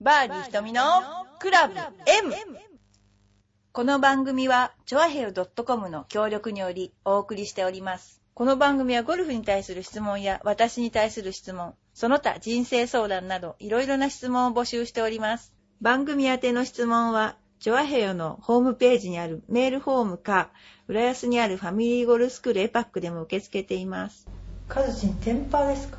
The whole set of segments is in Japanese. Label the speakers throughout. Speaker 1: バーディー瞳のクラブ M! この番組は、チョアヘル .com の協力によりお送りしております。この番組はゴルフに対する質問や私に対する質問、その他人生相談などいろいろな質問を募集しております。番組宛ての質問は、チョアヘヨのホームページにあるメールフォームか、浦安にあるファミリーゴルフスクールエパックでも受け付けています。カズチン、テンパーですか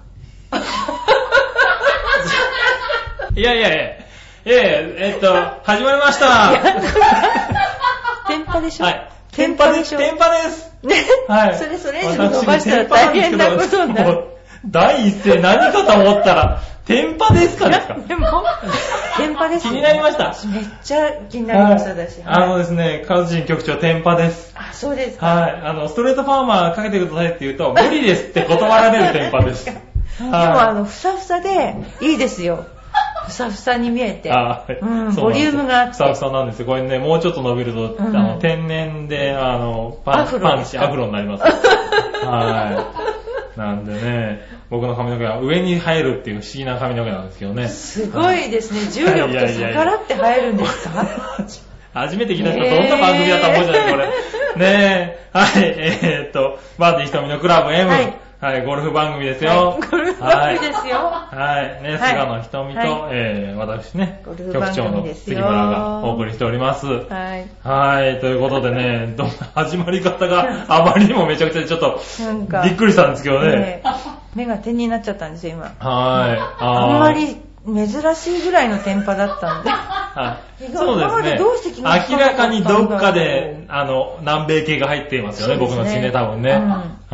Speaker 2: いやいやいや、いやいや、えっと、始まりました。は
Speaker 1: テンパでしょ、
Speaker 2: い。
Speaker 1: テンパでしょ
Speaker 2: テンパです。
Speaker 1: ね、
Speaker 2: はい。
Speaker 1: それそれ以上伸ばしたら大変なことにな
Speaker 2: 私もテンパんですけど
Speaker 1: る。
Speaker 2: もう第一声何かと思ったら、テンパですかですか
Speaker 1: でも、電波です
Speaker 2: 気
Speaker 1: よ
Speaker 2: になりました。
Speaker 1: めっちゃ気になりました、
Speaker 2: はい
Speaker 1: 私。
Speaker 2: あのですね、カズチン局長、テンパです。
Speaker 1: あ、そうですか。
Speaker 2: はい。あの、ストレートファーマーかけてくださいって言うと、無理ですって断られるテンパです。
Speaker 1: でも、あの、ふさふさで、いいですよ。ふさふさに見えて。
Speaker 2: あ
Speaker 1: うん
Speaker 2: そ
Speaker 1: ボ
Speaker 2: うなんです
Speaker 1: リュ
Speaker 2: よ
Speaker 1: ームがあって
Speaker 2: ふさふさなんですよ。これね、もうちょっと伸びると、
Speaker 1: うん
Speaker 2: あの、天然で、あの、パ
Speaker 1: ア
Speaker 2: ン
Speaker 1: フロ
Speaker 2: パンチ、アフロになります。はい。なんでね、僕の髪の毛は上に生えるっていう不思議な髪の毛なんですけどね。
Speaker 1: すごいですね。重力と逆らって入るんですか
Speaker 2: 初めて聞いた人、どんな番組だったもんじゃない、これ。ねえ、はい、えー、っと、バーティー瞳のクラブ M。
Speaker 1: は
Speaker 2: はいい、ゴルフ番組ですよ。
Speaker 1: ゴルフ番組ですよ。
Speaker 2: はい、ね、
Speaker 1: はい
Speaker 2: 菅野瞳と、
Speaker 1: は
Speaker 2: えー、私ね、
Speaker 1: ゴ
Speaker 2: 局
Speaker 1: ルフ番
Speaker 2: 長
Speaker 1: 組
Speaker 2: の
Speaker 1: ですよ
Speaker 2: 杉村がお送りしております。
Speaker 1: はい。
Speaker 2: はい、ということでね、どんな始まり方があまりにもめちゃくちゃでちょっと
Speaker 1: なんか、
Speaker 2: びっくりしたんですけど
Speaker 1: ね
Speaker 2: ね。
Speaker 1: 目が点になっちゃったんですよ、今。
Speaker 2: はい、
Speaker 1: あ
Speaker 2: ー
Speaker 1: んまり珍しいぐらいのテンパだったんで。
Speaker 2: はい
Speaker 1: 意外
Speaker 2: そう
Speaker 1: 今まで
Speaker 2: で
Speaker 1: どうして
Speaker 2: す
Speaker 1: 気
Speaker 2: ね。
Speaker 1: がつか
Speaker 2: 明
Speaker 1: な
Speaker 2: ら
Speaker 1: かった
Speaker 2: か
Speaker 1: んだろう
Speaker 2: にどっかで、あの、南米系が入っていますよね、僕の血ね、多分ね。
Speaker 1: うん。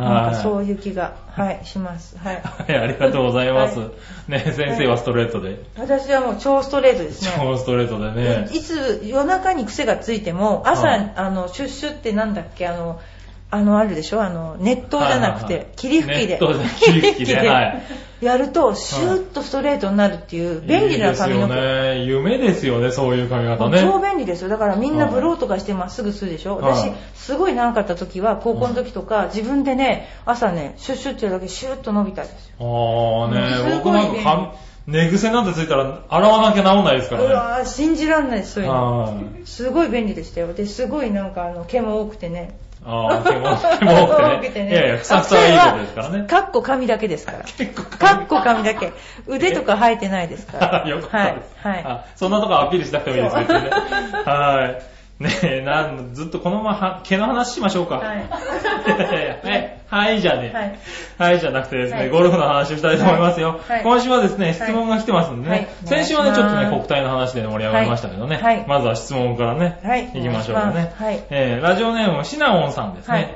Speaker 1: なんかそう
Speaker 2: はい。
Speaker 1: いう気が、はい、します。はい。
Speaker 2: はいありがとうございます
Speaker 1: は。
Speaker 2: ね、先生はストレートで、
Speaker 1: 私はもう超ストレートですね。
Speaker 2: 超ストレートでね。
Speaker 1: いつ夜中に癖がついても朝、
Speaker 2: はい
Speaker 1: あのシュッシュってなんだっけあのあのあるでしょあの熱湯じゃなく
Speaker 2: はいはいは
Speaker 1: て
Speaker 2: い
Speaker 1: 霧吹きで
Speaker 2: 熱湯じゃなくて霧吹きではい
Speaker 1: やるとシューッとストレートになるっていう便利な髪の毛
Speaker 2: いいですよね。夢ですよね、そういう髪型ね。
Speaker 1: 超便利ですよ。だからみんなブローとかしてまっすぐするでしょ。
Speaker 2: はい
Speaker 1: 私
Speaker 2: はい、
Speaker 1: すごい長かった時は、高校の時とか、自分でね、朝ね、シュッシュってやるだけシューッと伸びたんですよ。
Speaker 2: あー
Speaker 1: うん
Speaker 2: ね、僕なん
Speaker 1: すごいね
Speaker 2: か髪、寝癖なんてついたら洗わなきゃ治んないです
Speaker 1: う
Speaker 2: からね。
Speaker 1: わー、信じらんないです、そういうの。
Speaker 2: はい。
Speaker 1: すごい便利でしたよ。で、すごいなんかあの、毛も多くてね。
Speaker 2: あー、毛 も毛も多くてね。いやいや、ふさふさはいいことですからね。
Speaker 1: かっこ髪だけですから。
Speaker 2: 結構
Speaker 1: かっこ髪だけ。腕とか生えてないですから。
Speaker 2: よかったです。
Speaker 1: はい。は
Speaker 2: あそんなとこアピールしなくてもいいです
Speaker 1: そう
Speaker 2: 別にね。はい。ねえ、なん、ずっとこのままは毛の話しましょうか。
Speaker 1: い。はい。
Speaker 2: はい。はい、じゃねえ。
Speaker 1: はい
Speaker 2: はいじゃなくてですね、
Speaker 1: はい
Speaker 2: ゴルフの話をしたいと思いますよ。
Speaker 1: はいはい
Speaker 2: 今週はですね、
Speaker 1: い
Speaker 2: 質問が来てますんでね、
Speaker 1: はい
Speaker 2: 先週は
Speaker 1: お
Speaker 2: ね、ち
Speaker 1: 願いし
Speaker 2: ょ
Speaker 1: ま
Speaker 2: っ
Speaker 1: す
Speaker 2: とね、国体の話で盛り上がりましたけどね、
Speaker 1: はいはい
Speaker 2: まずは質問からね、
Speaker 1: はい
Speaker 2: 行きましょうか
Speaker 1: お願いし、
Speaker 2: ね
Speaker 1: ますはい
Speaker 2: えーラジオネーム、シナオンさんですね。
Speaker 1: はい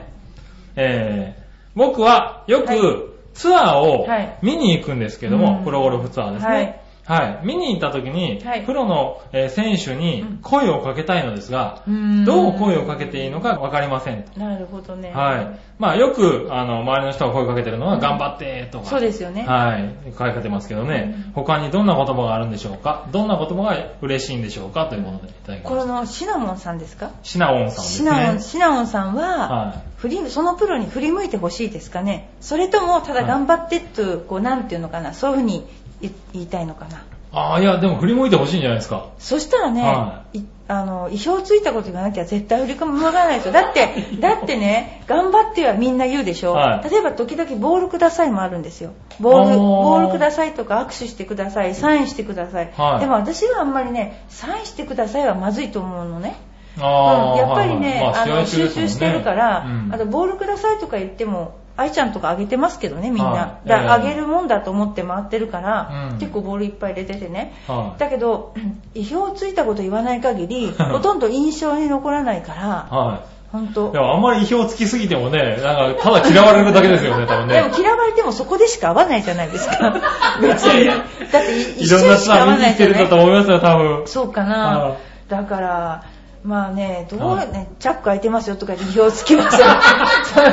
Speaker 2: えー僕はよく、
Speaker 1: はい
Speaker 2: ツアーを
Speaker 1: はい
Speaker 2: 見に行くんですけども、
Speaker 1: うん
Speaker 2: プロゴルフツアーですね。はい。見に行った時に、
Speaker 1: はい
Speaker 2: プロのえー選手に声をかけたいのですが、どう声をかけていいのかわかりませんと。
Speaker 1: なるほどね。
Speaker 2: はい。まあよく、あの、周りの人が声かけてるのは、頑張ってとか。
Speaker 1: そうですよね。
Speaker 2: はい。声かけてますけどね。他にどんな言葉があるんでしょうかどんな言葉が嬉しいんでしょうかというものでいただきま
Speaker 1: こ
Speaker 2: した。
Speaker 1: のシナモンさんですか
Speaker 2: シナオンさんです
Speaker 1: シ
Speaker 2: ね。
Speaker 1: ナモン、シナモンさんは、
Speaker 2: は
Speaker 1: 振りそのプロに振り向いてほしいですかねそれとも、ただ頑張ってと、こう、なんていうのかな、そういうふうに言言いたいのかな。
Speaker 2: い。ああ、いや、でも振り向いてほしいんじゃないですか。
Speaker 1: そしたらね、、
Speaker 2: はい
Speaker 1: あの、意表をついたことがなきゃ絶対振り込まがないですよ。だって、 だってね、頑張ってはみんな言うでしょ。
Speaker 2: はい
Speaker 1: 例えば時々ボールくださいもあるんですよ。ボール、
Speaker 2: あー
Speaker 1: ボールくださいとか握手してください、サインしてください。
Speaker 2: はい
Speaker 1: でも私はあんまりね、サインしてくださいはまずいと思うのね。
Speaker 2: ああ、
Speaker 1: うんやっぱりね、
Speaker 2: はいはいま
Speaker 1: あ、の、
Speaker 2: 試合中
Speaker 1: 集
Speaker 2: です
Speaker 1: 中
Speaker 2: もんね
Speaker 1: してるから、
Speaker 2: うん
Speaker 1: あとボールくださいとか言っても、愛ちゃんとかあげてますけどね、みんな
Speaker 2: は。い
Speaker 1: だからあ
Speaker 2: ええ
Speaker 1: げるもんだと思って回ってるから、
Speaker 2: うん
Speaker 1: 結構ボールいっぱい入れててね。
Speaker 2: はい。
Speaker 1: だけど、 意表をついたこと言わない限り、 ほとんど印象に残らないから、
Speaker 2: は
Speaker 1: 本
Speaker 2: い。
Speaker 1: 当。
Speaker 2: でもあんまり意表をつきすぎてもね、なんか、ただ嫌われるだけですよね、多分ね。
Speaker 1: でも嫌われてもそこでしか会わないじゃないです か。別
Speaker 2: いやい
Speaker 1: に。だ
Speaker 2: や
Speaker 1: ってい
Speaker 2: い
Speaker 1: 一
Speaker 2: ろん
Speaker 1: 瞬
Speaker 2: な
Speaker 1: し
Speaker 2: ツ
Speaker 1: か
Speaker 2: ア
Speaker 1: 会
Speaker 2: ー
Speaker 1: わ
Speaker 2: 見に
Speaker 1: ない
Speaker 2: 来
Speaker 1: じ
Speaker 2: て
Speaker 1: ゃ
Speaker 2: る
Speaker 1: な
Speaker 2: かと
Speaker 1: い。
Speaker 2: 思いますよ、多分。
Speaker 1: そうかな
Speaker 2: は。
Speaker 1: だから、まあね、どう
Speaker 2: はい
Speaker 1: ね、チャック開いてますよとか言って意表をつきますよ。 そう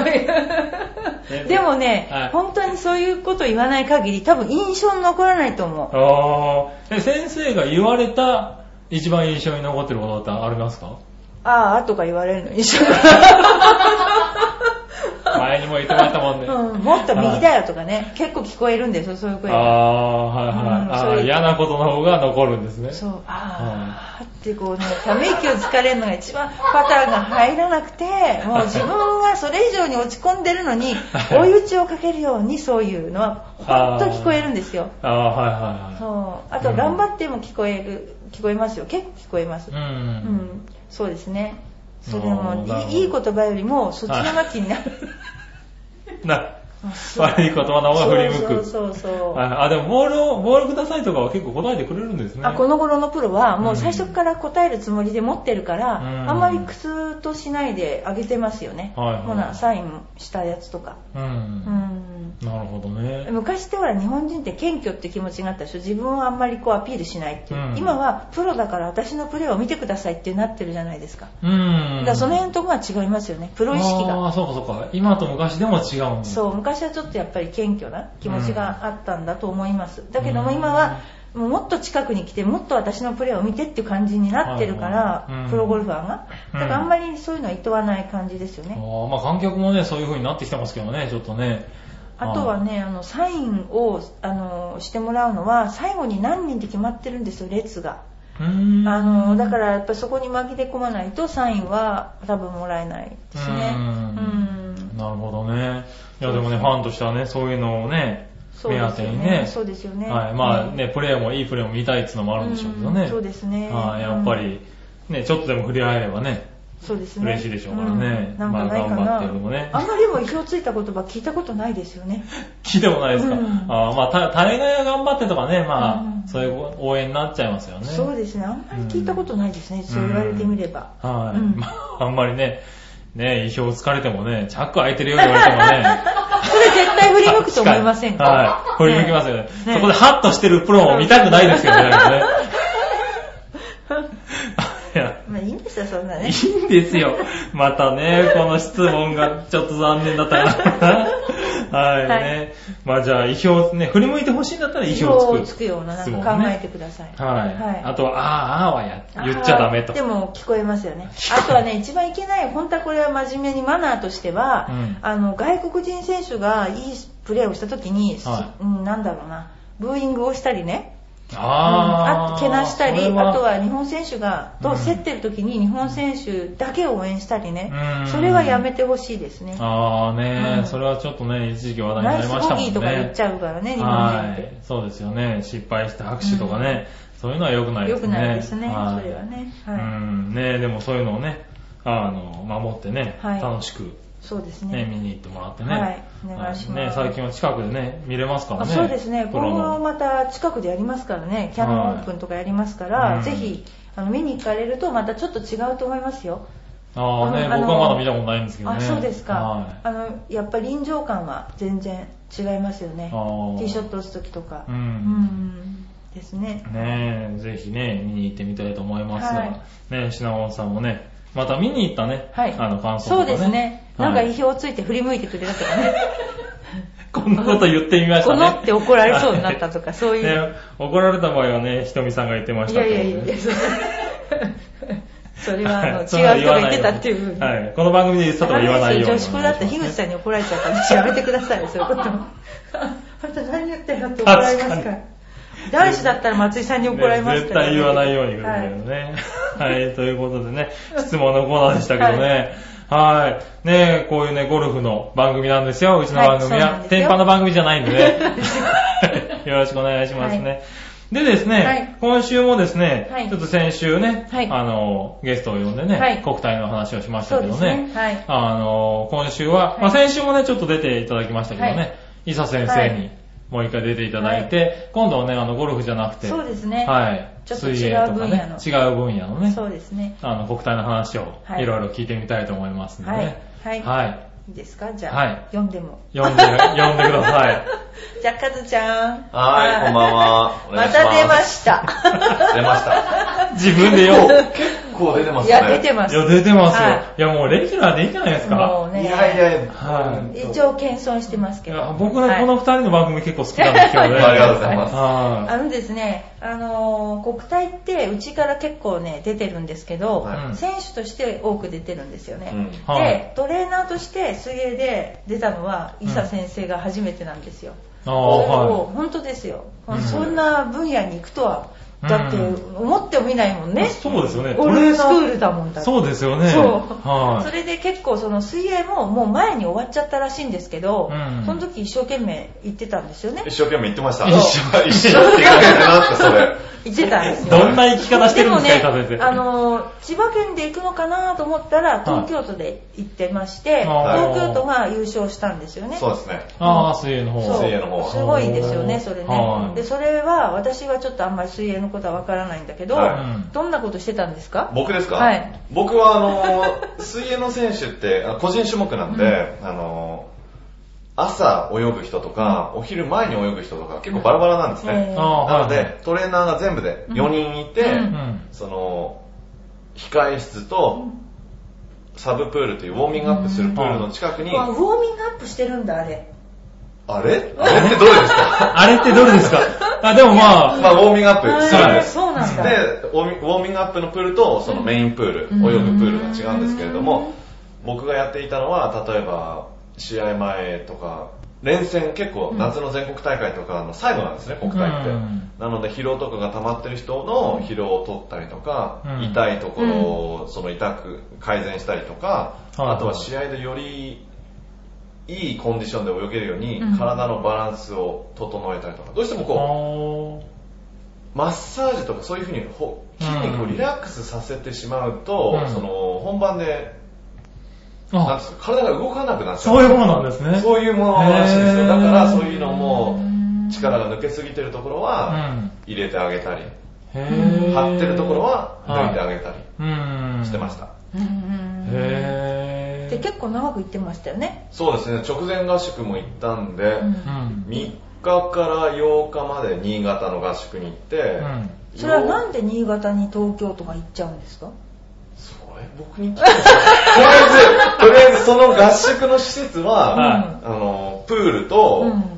Speaker 1: いうでも
Speaker 2: は
Speaker 1: ね
Speaker 2: い、
Speaker 1: 本当にそういうこと言わない限り、多分印象に残らないと思う。
Speaker 2: ああ、え先生が言われた一番印象に残って ることってありますか
Speaker 1: あーあとか言われるの一緒
Speaker 2: 前にも言ってもらったもんね。
Speaker 1: うん、もっと右だよとかね、結構聞こえるんですよ、そういう声
Speaker 2: あ
Speaker 1: が。
Speaker 2: あ、はいはい。
Speaker 1: うん
Speaker 2: あ
Speaker 1: そう
Speaker 2: あ
Speaker 1: いう
Speaker 2: 嫌なことの方が残るんですね。
Speaker 1: そう、あーってこうね、ため息をつかれるのが一番パターンが入らなく て、もう自分はそれ以上に落ち込んでるのに、追い打ちをかけるようにそういうのは、ほんと聞こえるんですよ。
Speaker 2: ああ、はいはいはい。
Speaker 1: そう。あと、
Speaker 2: うん
Speaker 1: 頑張っても聞こえる、聞こえますよ。結構聞こえます。
Speaker 2: う。
Speaker 1: うんん、そうですね。それ
Speaker 2: おー
Speaker 1: も
Speaker 2: なるほど
Speaker 1: いい、いい言葉よりも、そっちのが気になる。
Speaker 2: な、
Speaker 1: あ そう
Speaker 2: 悪い言葉の方が振り向く。
Speaker 1: そうそうそうそう。
Speaker 2: はいあ、でもボールを、ボールくださいとかは結構答えてくれるんですね。
Speaker 1: あこの頃のプロはもう最初から答えるつもりで持ってるから、
Speaker 2: うん
Speaker 1: あんまり苦痛としないであげてますよね、
Speaker 2: はいはい
Speaker 1: ほなサインしたやつとか、
Speaker 2: う。
Speaker 1: うんん、
Speaker 2: なるほどね。
Speaker 1: 昔ってほら日本人って謙虚って気持ちがあったでしょ自分をあんまりこうアピールしないっていう、
Speaker 2: うん
Speaker 1: 今はプロだから私のプレーを見てくださいってなってるじゃないですか、
Speaker 2: うん。
Speaker 1: だからその辺のところは違いますよねプロ意識
Speaker 2: あ
Speaker 1: が
Speaker 2: あ、そうかそうか。今と昔でも違うんだ。
Speaker 1: そう昔はちょっとやっぱり謙虚な気持ちがあったんだと思います、だけども
Speaker 2: うん
Speaker 1: 今はもうもっと近くに来てもっと私のプレーを見てっていう感じになってるから、
Speaker 2: はいはいうん
Speaker 1: プロゴルファーがだからあんまりそういうのはいとわない感じですよ
Speaker 2: あ
Speaker 1: ね、
Speaker 2: ーまあ観客もね、そういう風になってきてますけどね、ちょっとね。
Speaker 1: あとはねあのサインをあのしてもらうのは最後に何人って決まってるんですよ列が。
Speaker 2: あー。うーん。
Speaker 1: あのだからやっぱそこに紛れ込まないとサインは多分もらえないですね。
Speaker 2: うん
Speaker 1: うん
Speaker 2: なるほどね。いや、でもね、ファンとしてはね、そういうのをね、
Speaker 1: そう
Speaker 2: 目
Speaker 1: で
Speaker 2: 当
Speaker 1: す
Speaker 2: て
Speaker 1: よ
Speaker 2: にね。
Speaker 1: そうですよね。
Speaker 2: はい。まあ
Speaker 1: うん
Speaker 2: ね、プレーも、いいプレーも見たいっていうのもあるんでしょうけどね。
Speaker 1: んそうですね。
Speaker 2: はい。やっぱり、ね、ちょっとでも触れ合えればね。
Speaker 1: そうですね。
Speaker 2: 嬉しいでしょうからね
Speaker 1: うんなんかないかな。
Speaker 2: まあ頑張ってるのもね
Speaker 1: あんまりでも意表をついた言葉聞いたことないですよね。
Speaker 2: 聞いてもないですか。
Speaker 1: うん
Speaker 2: あーまあ、た大概は頑張ってとかね、まあ、
Speaker 1: うん
Speaker 2: そういう応援になっちゃいますよね。
Speaker 1: そうですね。あんまり聞いたことないですね。そう言われてみれば。
Speaker 2: はい、
Speaker 1: うん
Speaker 2: まあ、あんまりね、ね、意表をつかれてもね、チャック開いてるよって言われてもね。
Speaker 1: それ絶対振り向くと思いませんか
Speaker 2: はい。振り向きますよね。
Speaker 1: ね
Speaker 2: そこでハッとしてるプロも見たくないですよね。なん かねいや
Speaker 1: まあいいんですよ、そんないね。
Speaker 2: いんですよ。またね、この質問がちょっと残念だ ったかな。はい、
Speaker 1: はい
Speaker 2: ね。まあじゃあ、意表、ね、振り向いてほしいんだったら意表
Speaker 1: 意表
Speaker 2: を
Speaker 1: を
Speaker 2: つく。
Speaker 1: つくような、
Speaker 2: 質
Speaker 1: なん
Speaker 2: 問
Speaker 1: か考
Speaker 2: ね
Speaker 1: えてください。
Speaker 2: はい。
Speaker 1: はい
Speaker 2: あとは、ああ、ああはや言っちゃダメと。
Speaker 1: でも聞こえますよね。あとは ね、一番いけない、本当はこれは真面目にマナーとしては、
Speaker 2: うん
Speaker 1: あの、外国人選手がいいプレーをした時に、
Speaker 2: は
Speaker 1: うん、なんだろうな、ブーイングをしたりね、
Speaker 2: ああ、
Speaker 1: うんあとけなしたり、
Speaker 2: それ
Speaker 1: あとは日本選手がと競ってる時に日本選手だけを応援したりね、
Speaker 2: うん
Speaker 1: それはやめてほしいですね。
Speaker 2: ああね、
Speaker 1: うん
Speaker 2: それはちょっとね、一時期話題に
Speaker 1: ナ
Speaker 2: な
Speaker 1: イ
Speaker 2: り
Speaker 1: スボ
Speaker 2: ましたもん
Speaker 1: ギ
Speaker 2: ね。
Speaker 1: ーとか言っちゃうからね、日本人っ
Speaker 2: は
Speaker 1: て
Speaker 2: い。。そうですよね。失敗して拍手とかね、そういうのは良くないで
Speaker 1: 良
Speaker 2: すね。
Speaker 1: くないですね、
Speaker 2: はい
Speaker 1: それはね。
Speaker 2: う
Speaker 1: はい
Speaker 2: ん、ねでもそういうのをね、あの、守ってね、
Speaker 1: はい
Speaker 2: 楽しく、
Speaker 1: そうです
Speaker 2: ね、見
Speaker 1: ね。
Speaker 2: に行ってもらってね。
Speaker 1: はいお願いします
Speaker 2: ね、最近は近くでね、見れますから
Speaker 1: あ
Speaker 2: ね。
Speaker 1: そうですね、
Speaker 2: プ
Speaker 1: 今
Speaker 2: ロ
Speaker 1: 後
Speaker 2: の。
Speaker 1: また近くでやりますからね、キャノンオープンとかやりますから、
Speaker 2: うん
Speaker 1: ぜひあの見に行かれるとまたちょっと違うと思いますよ。
Speaker 2: ああね、
Speaker 1: あの
Speaker 2: 僕はまだ見たことないんですけどね。
Speaker 1: あそうですか、
Speaker 2: はい。
Speaker 1: あのやっぱり臨場感は全然違いますよね、テ
Speaker 2: あー
Speaker 1: ィーショット打つ時とか。
Speaker 2: う。
Speaker 1: うんんですね。
Speaker 2: ねぜひね、見に行ってみたいと思いますが、
Speaker 1: は
Speaker 2: ね、シナモンさんもね、また見に行ったね、
Speaker 1: はい。
Speaker 2: あの感想
Speaker 1: そ
Speaker 2: とか
Speaker 1: う
Speaker 2: ね。
Speaker 1: ですね。なんか
Speaker 2: はい
Speaker 1: 意表をついて振り向いてくれたとか ね。
Speaker 2: こんなこと言ってみました
Speaker 1: こ
Speaker 2: ね。
Speaker 1: のって怒られそうになったとか、そういう。
Speaker 2: ね、怒られた場合はね、ひとみさんが言ってまし
Speaker 1: い
Speaker 2: た
Speaker 1: や
Speaker 2: け
Speaker 1: い
Speaker 2: ど
Speaker 1: や
Speaker 2: ね
Speaker 1: いやいや、それ それはあの違
Speaker 2: は
Speaker 1: う
Speaker 2: い
Speaker 1: 人
Speaker 2: そ
Speaker 1: が
Speaker 2: んなの
Speaker 1: 言ってたっていうふうに。
Speaker 2: わないようにはい。この番組で言ってたとは言わないようにお願
Speaker 1: 女
Speaker 2: いし
Speaker 1: 子校
Speaker 2: ます。
Speaker 1: だった樋口さんに怒られちゃったんで、やめてください、そういうこと。あなた何言ってんのって怒られます
Speaker 2: 確
Speaker 1: か。
Speaker 2: から
Speaker 1: 男子だったら松井さんに怒られます
Speaker 2: 絶
Speaker 1: から、
Speaker 2: 対言わないようにくだ
Speaker 1: は
Speaker 2: さい
Speaker 1: い。
Speaker 2: ね。はい、 ということでね、質問のコーナーでしたけどね。はい。ねこういうね、ゴルフの番組なんですよ、うちの番組
Speaker 1: はいそうな
Speaker 2: は。
Speaker 1: んですよ
Speaker 2: 天パの番組じゃないんで ね。よろしくお願いしますね。
Speaker 1: は
Speaker 2: でですね、
Speaker 1: はい
Speaker 2: 今週もですね、
Speaker 1: はい
Speaker 2: ちょっと先週ね、
Speaker 1: はい
Speaker 2: あの、ゲストを呼んでね、
Speaker 1: はい
Speaker 2: 国体の話をしまし
Speaker 1: そ
Speaker 2: た
Speaker 1: う
Speaker 2: け
Speaker 1: で
Speaker 2: ど
Speaker 1: すね。はい。
Speaker 2: あの、今週は、まあ、先週もね、ちょっと出ていただきましたけどね、
Speaker 1: はい
Speaker 2: 伊佐先
Speaker 1: は
Speaker 2: 生に
Speaker 1: い
Speaker 2: もう一回出ていただいて、今度はね、あの、ゴルフじゃなくて、
Speaker 1: そうですね。
Speaker 2: はい。
Speaker 1: ちょっと違う
Speaker 2: 水泳とかね、違
Speaker 1: 分
Speaker 2: う分野のね、
Speaker 1: そうですね。
Speaker 2: あの、国体の話を
Speaker 1: はい
Speaker 2: いろいろ聞いてみたいと思いますんで
Speaker 1: はい
Speaker 2: ね。。
Speaker 1: はい。
Speaker 2: はい。
Speaker 1: いいですかじゃあ、
Speaker 2: はい
Speaker 1: 読んでも。
Speaker 2: 読んで、読んでください。
Speaker 1: じゃあ、カズちゃん。
Speaker 3: はい、 こんばんは。お
Speaker 1: ま
Speaker 3: 願いします。
Speaker 1: た出ました。
Speaker 3: 出ました。
Speaker 2: 自分でよ。
Speaker 3: 結構出てます
Speaker 1: い
Speaker 3: ね。
Speaker 1: や、出てます。
Speaker 2: いや、出てますよ。
Speaker 1: はい
Speaker 2: いや、もうレギュラーでいいじゃないです
Speaker 1: も
Speaker 2: か。
Speaker 1: うね。
Speaker 3: いやいや、
Speaker 2: はい
Speaker 1: 一応謙遜してます
Speaker 2: い
Speaker 1: け
Speaker 2: や
Speaker 1: ど。
Speaker 2: 僕ね、この
Speaker 1: はい
Speaker 2: 二人の番組結構好きなんですけどね。
Speaker 3: ありがとうございます
Speaker 2: は
Speaker 1: あのですね、あのー国体ってうちから結構ね、出てるんですけど、
Speaker 3: はい
Speaker 1: 選手として多く出てるんですよね。
Speaker 3: うん
Speaker 2: はい
Speaker 1: で、トレーナーとして水泳で出たのは、伊佐先生が初めてなんですよ。
Speaker 2: あー
Speaker 1: それを
Speaker 2: は
Speaker 1: 本当ですよ、
Speaker 2: うん
Speaker 1: そんな分野に行くとは、
Speaker 2: うん
Speaker 1: だって思ってもみないもんね、
Speaker 2: い。そうですよね。
Speaker 1: オールスクールだもんだって
Speaker 2: そうですよね。
Speaker 1: そうそ
Speaker 2: は
Speaker 1: れで結構その水泳ももう前に終わっちゃったらしいんですけど、
Speaker 2: うん
Speaker 1: その時一生懸命行ってたんですよね
Speaker 3: 一生懸命言ってました。
Speaker 2: 一
Speaker 3: 一生一生懸命だなって、それ。
Speaker 1: 行ってたんです
Speaker 2: い。
Speaker 1: よ
Speaker 2: どんな生き方してるんですか、伊
Speaker 1: でもね、
Speaker 2: 佐先生。
Speaker 1: あの千葉県で行くのかなと思ったら
Speaker 2: い
Speaker 1: 東京都で行ってまして、
Speaker 2: はい
Speaker 1: 東京都が優勝したんですよね
Speaker 3: そうですね。
Speaker 2: ああ、水泳の方。
Speaker 1: そう
Speaker 3: 水泳の方は
Speaker 1: すごいですよねそれ
Speaker 2: は
Speaker 1: ね
Speaker 2: い
Speaker 1: でそれは私はちょっとあんまり水泳のことはわからないんだけど、
Speaker 3: はい
Speaker 2: うん
Speaker 1: どんなことしてたんですか
Speaker 3: 僕ですか、
Speaker 1: はい
Speaker 3: 僕はあのー、水泳の選手って、あ個人種目なんで、あのー、朝泳ぐ人とか、お昼前に泳ぐ人とか、結構バラバラなんです
Speaker 1: え
Speaker 3: ね。
Speaker 1: ー
Speaker 2: あ
Speaker 3: なの
Speaker 2: はい
Speaker 3: で、トレーナーが全部で
Speaker 1: うん
Speaker 3: 4人いて、
Speaker 1: うん
Speaker 2: うん
Speaker 3: その、控え室と、サブプールというウォーミングアップするプールの近くに、
Speaker 1: わウォーミングアップしてるんだあれ
Speaker 3: あれ あれってどれですか
Speaker 2: あれってどれですかあ、でも まあ、
Speaker 3: まあ、ウォーミングアップするん
Speaker 1: あ
Speaker 3: で
Speaker 1: ー
Speaker 3: す。
Speaker 1: そうなんだ
Speaker 3: で、ウォーミンウォーミングアップのプールと、そのメインプール、
Speaker 1: うん
Speaker 3: 泳ぐプールが違うんですけれども、僕がやっていたのは、例えば、試合前とか、連戦、結構夏の全国大会とかの最後なんですね、国体って。
Speaker 2: うん
Speaker 3: なので、疲労とかが溜まってる人の疲労を取ったりとか、
Speaker 2: うん
Speaker 3: 痛いところを、その痛く改善したりとか、
Speaker 2: はい
Speaker 3: あとは試合でより、いいコンディションで泳げるように
Speaker 1: うん、
Speaker 3: 体のバランスを整えたりとか、どうしてもこう、
Speaker 2: こ
Speaker 3: マッサージとかそういうふうにほ筋肉をリラックスさせてしまうと、
Speaker 2: うん
Speaker 3: その本番で
Speaker 2: う、
Speaker 3: なん
Speaker 2: あ
Speaker 3: つうの体が動かなくなっちゃう
Speaker 2: そういうものなんですね。
Speaker 3: そういうものらしいです
Speaker 2: へ
Speaker 3: よ
Speaker 2: ー
Speaker 3: だからそういうのも力が抜けすぎてるところは
Speaker 2: ん。
Speaker 3: 入れてあげたり、
Speaker 2: へ
Speaker 1: う
Speaker 2: ぇ
Speaker 1: ん
Speaker 3: 張ってるところは抜いてあ
Speaker 2: げ
Speaker 3: げたり
Speaker 2: うん。
Speaker 3: してました、
Speaker 1: うんうんうん
Speaker 2: へぇ
Speaker 1: で結構長く行ってましたよね
Speaker 3: そうですね直前合宿も行ったんで、
Speaker 1: うん
Speaker 2: うん。
Speaker 3: 3日から8日まで新潟の合宿に行って、
Speaker 2: うん
Speaker 1: それはなんで新潟に東京とか行っちゃうんですか
Speaker 3: それ僕に聞いてないとりあえず、 とりあえずその合宿の施設は、
Speaker 2: は
Speaker 3: あの、プールと、
Speaker 1: うん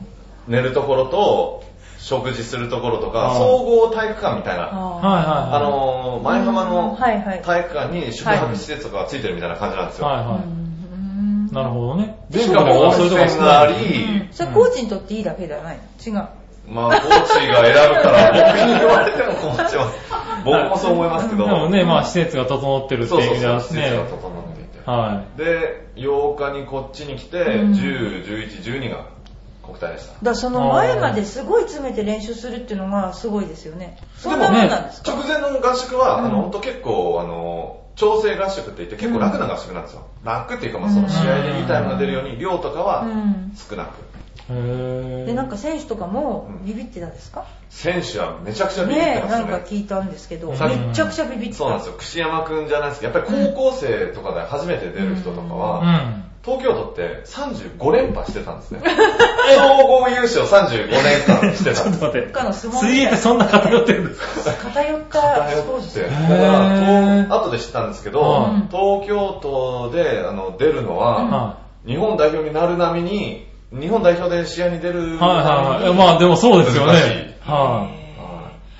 Speaker 3: 寝るところと、食事するところと
Speaker 2: あ
Speaker 3: か、
Speaker 2: ー
Speaker 3: 総合体育館みたいな、
Speaker 1: あ
Speaker 2: はいはい
Speaker 3: あのー、前浜
Speaker 1: うん
Speaker 3: の
Speaker 1: はいはい
Speaker 3: 体育館に宿泊施設とかがついてるみたいな感じなんですよ。
Speaker 2: はい
Speaker 1: ー
Speaker 2: は
Speaker 1: うん
Speaker 2: い。なるほどね。
Speaker 3: でしかも温泉があり、
Speaker 1: うんそれコーチにとっていいだけじゃない違う
Speaker 3: まあ、コーチが選ぶから、僕に言われても困っちゃいます。僕もそう思いますけ
Speaker 2: で
Speaker 3: ど。
Speaker 2: もね、まあ、施設が整ってるって
Speaker 3: そう
Speaker 2: いう意味で
Speaker 3: そうそう、
Speaker 2: は
Speaker 3: 施設
Speaker 2: ね
Speaker 3: が。整っていて。
Speaker 2: は
Speaker 3: で、8日にこっちに来て、
Speaker 1: うん
Speaker 3: 10、11、12が国体でし
Speaker 1: だからその前まですごい詰めて練習するっていうのがすごいですよね
Speaker 3: た。
Speaker 1: そんなもんなんです
Speaker 3: で
Speaker 1: か
Speaker 3: もね直前の合宿は、
Speaker 1: うん
Speaker 3: あの、ほんと結構、あの、調整合宿って言って結構楽な合宿なんですよ。楽っていうか、まあ、その試合でいいタイムが出るように、量とか
Speaker 1: う
Speaker 3: は
Speaker 1: ん
Speaker 3: 少なく。
Speaker 2: い。へぇ
Speaker 1: でなんか選手とかもビビってたんですか
Speaker 3: 選手はめちゃくちゃビビって
Speaker 1: ねえ
Speaker 3: ます
Speaker 1: な
Speaker 3: よ
Speaker 1: んか
Speaker 3: ね。
Speaker 1: 聞いたんですけどめ
Speaker 3: さっき
Speaker 1: っちゃくちゃビビって
Speaker 3: そうなんで
Speaker 1: た
Speaker 3: すよ。串山くんじゃないですけど、やっぱり高校生とかで初めて出る人とか
Speaker 2: う
Speaker 3: は、
Speaker 2: ん。
Speaker 3: 東京都って35連覇してたんです ね。総合優勝35年間してたんです。
Speaker 2: 待っ
Speaker 1: どっかの相撲みたいな
Speaker 2: 水泳ってそんな偏ってるんですか
Speaker 1: 偏っ
Speaker 3: 偏
Speaker 1: たスポー
Speaker 3: っ
Speaker 1: ツ
Speaker 3: て。だ
Speaker 2: へー
Speaker 3: から、と後で知ったんですけど、
Speaker 2: うん
Speaker 3: 東京都であの出るのは、
Speaker 2: は
Speaker 3: 日本代表になるなみに、日本代表で試合に出る
Speaker 2: い
Speaker 3: な
Speaker 2: はい
Speaker 3: み
Speaker 2: はい。
Speaker 3: に、
Speaker 2: まあ、でもそうですよ
Speaker 3: 難しい
Speaker 2: ね。はい。
Speaker 3: は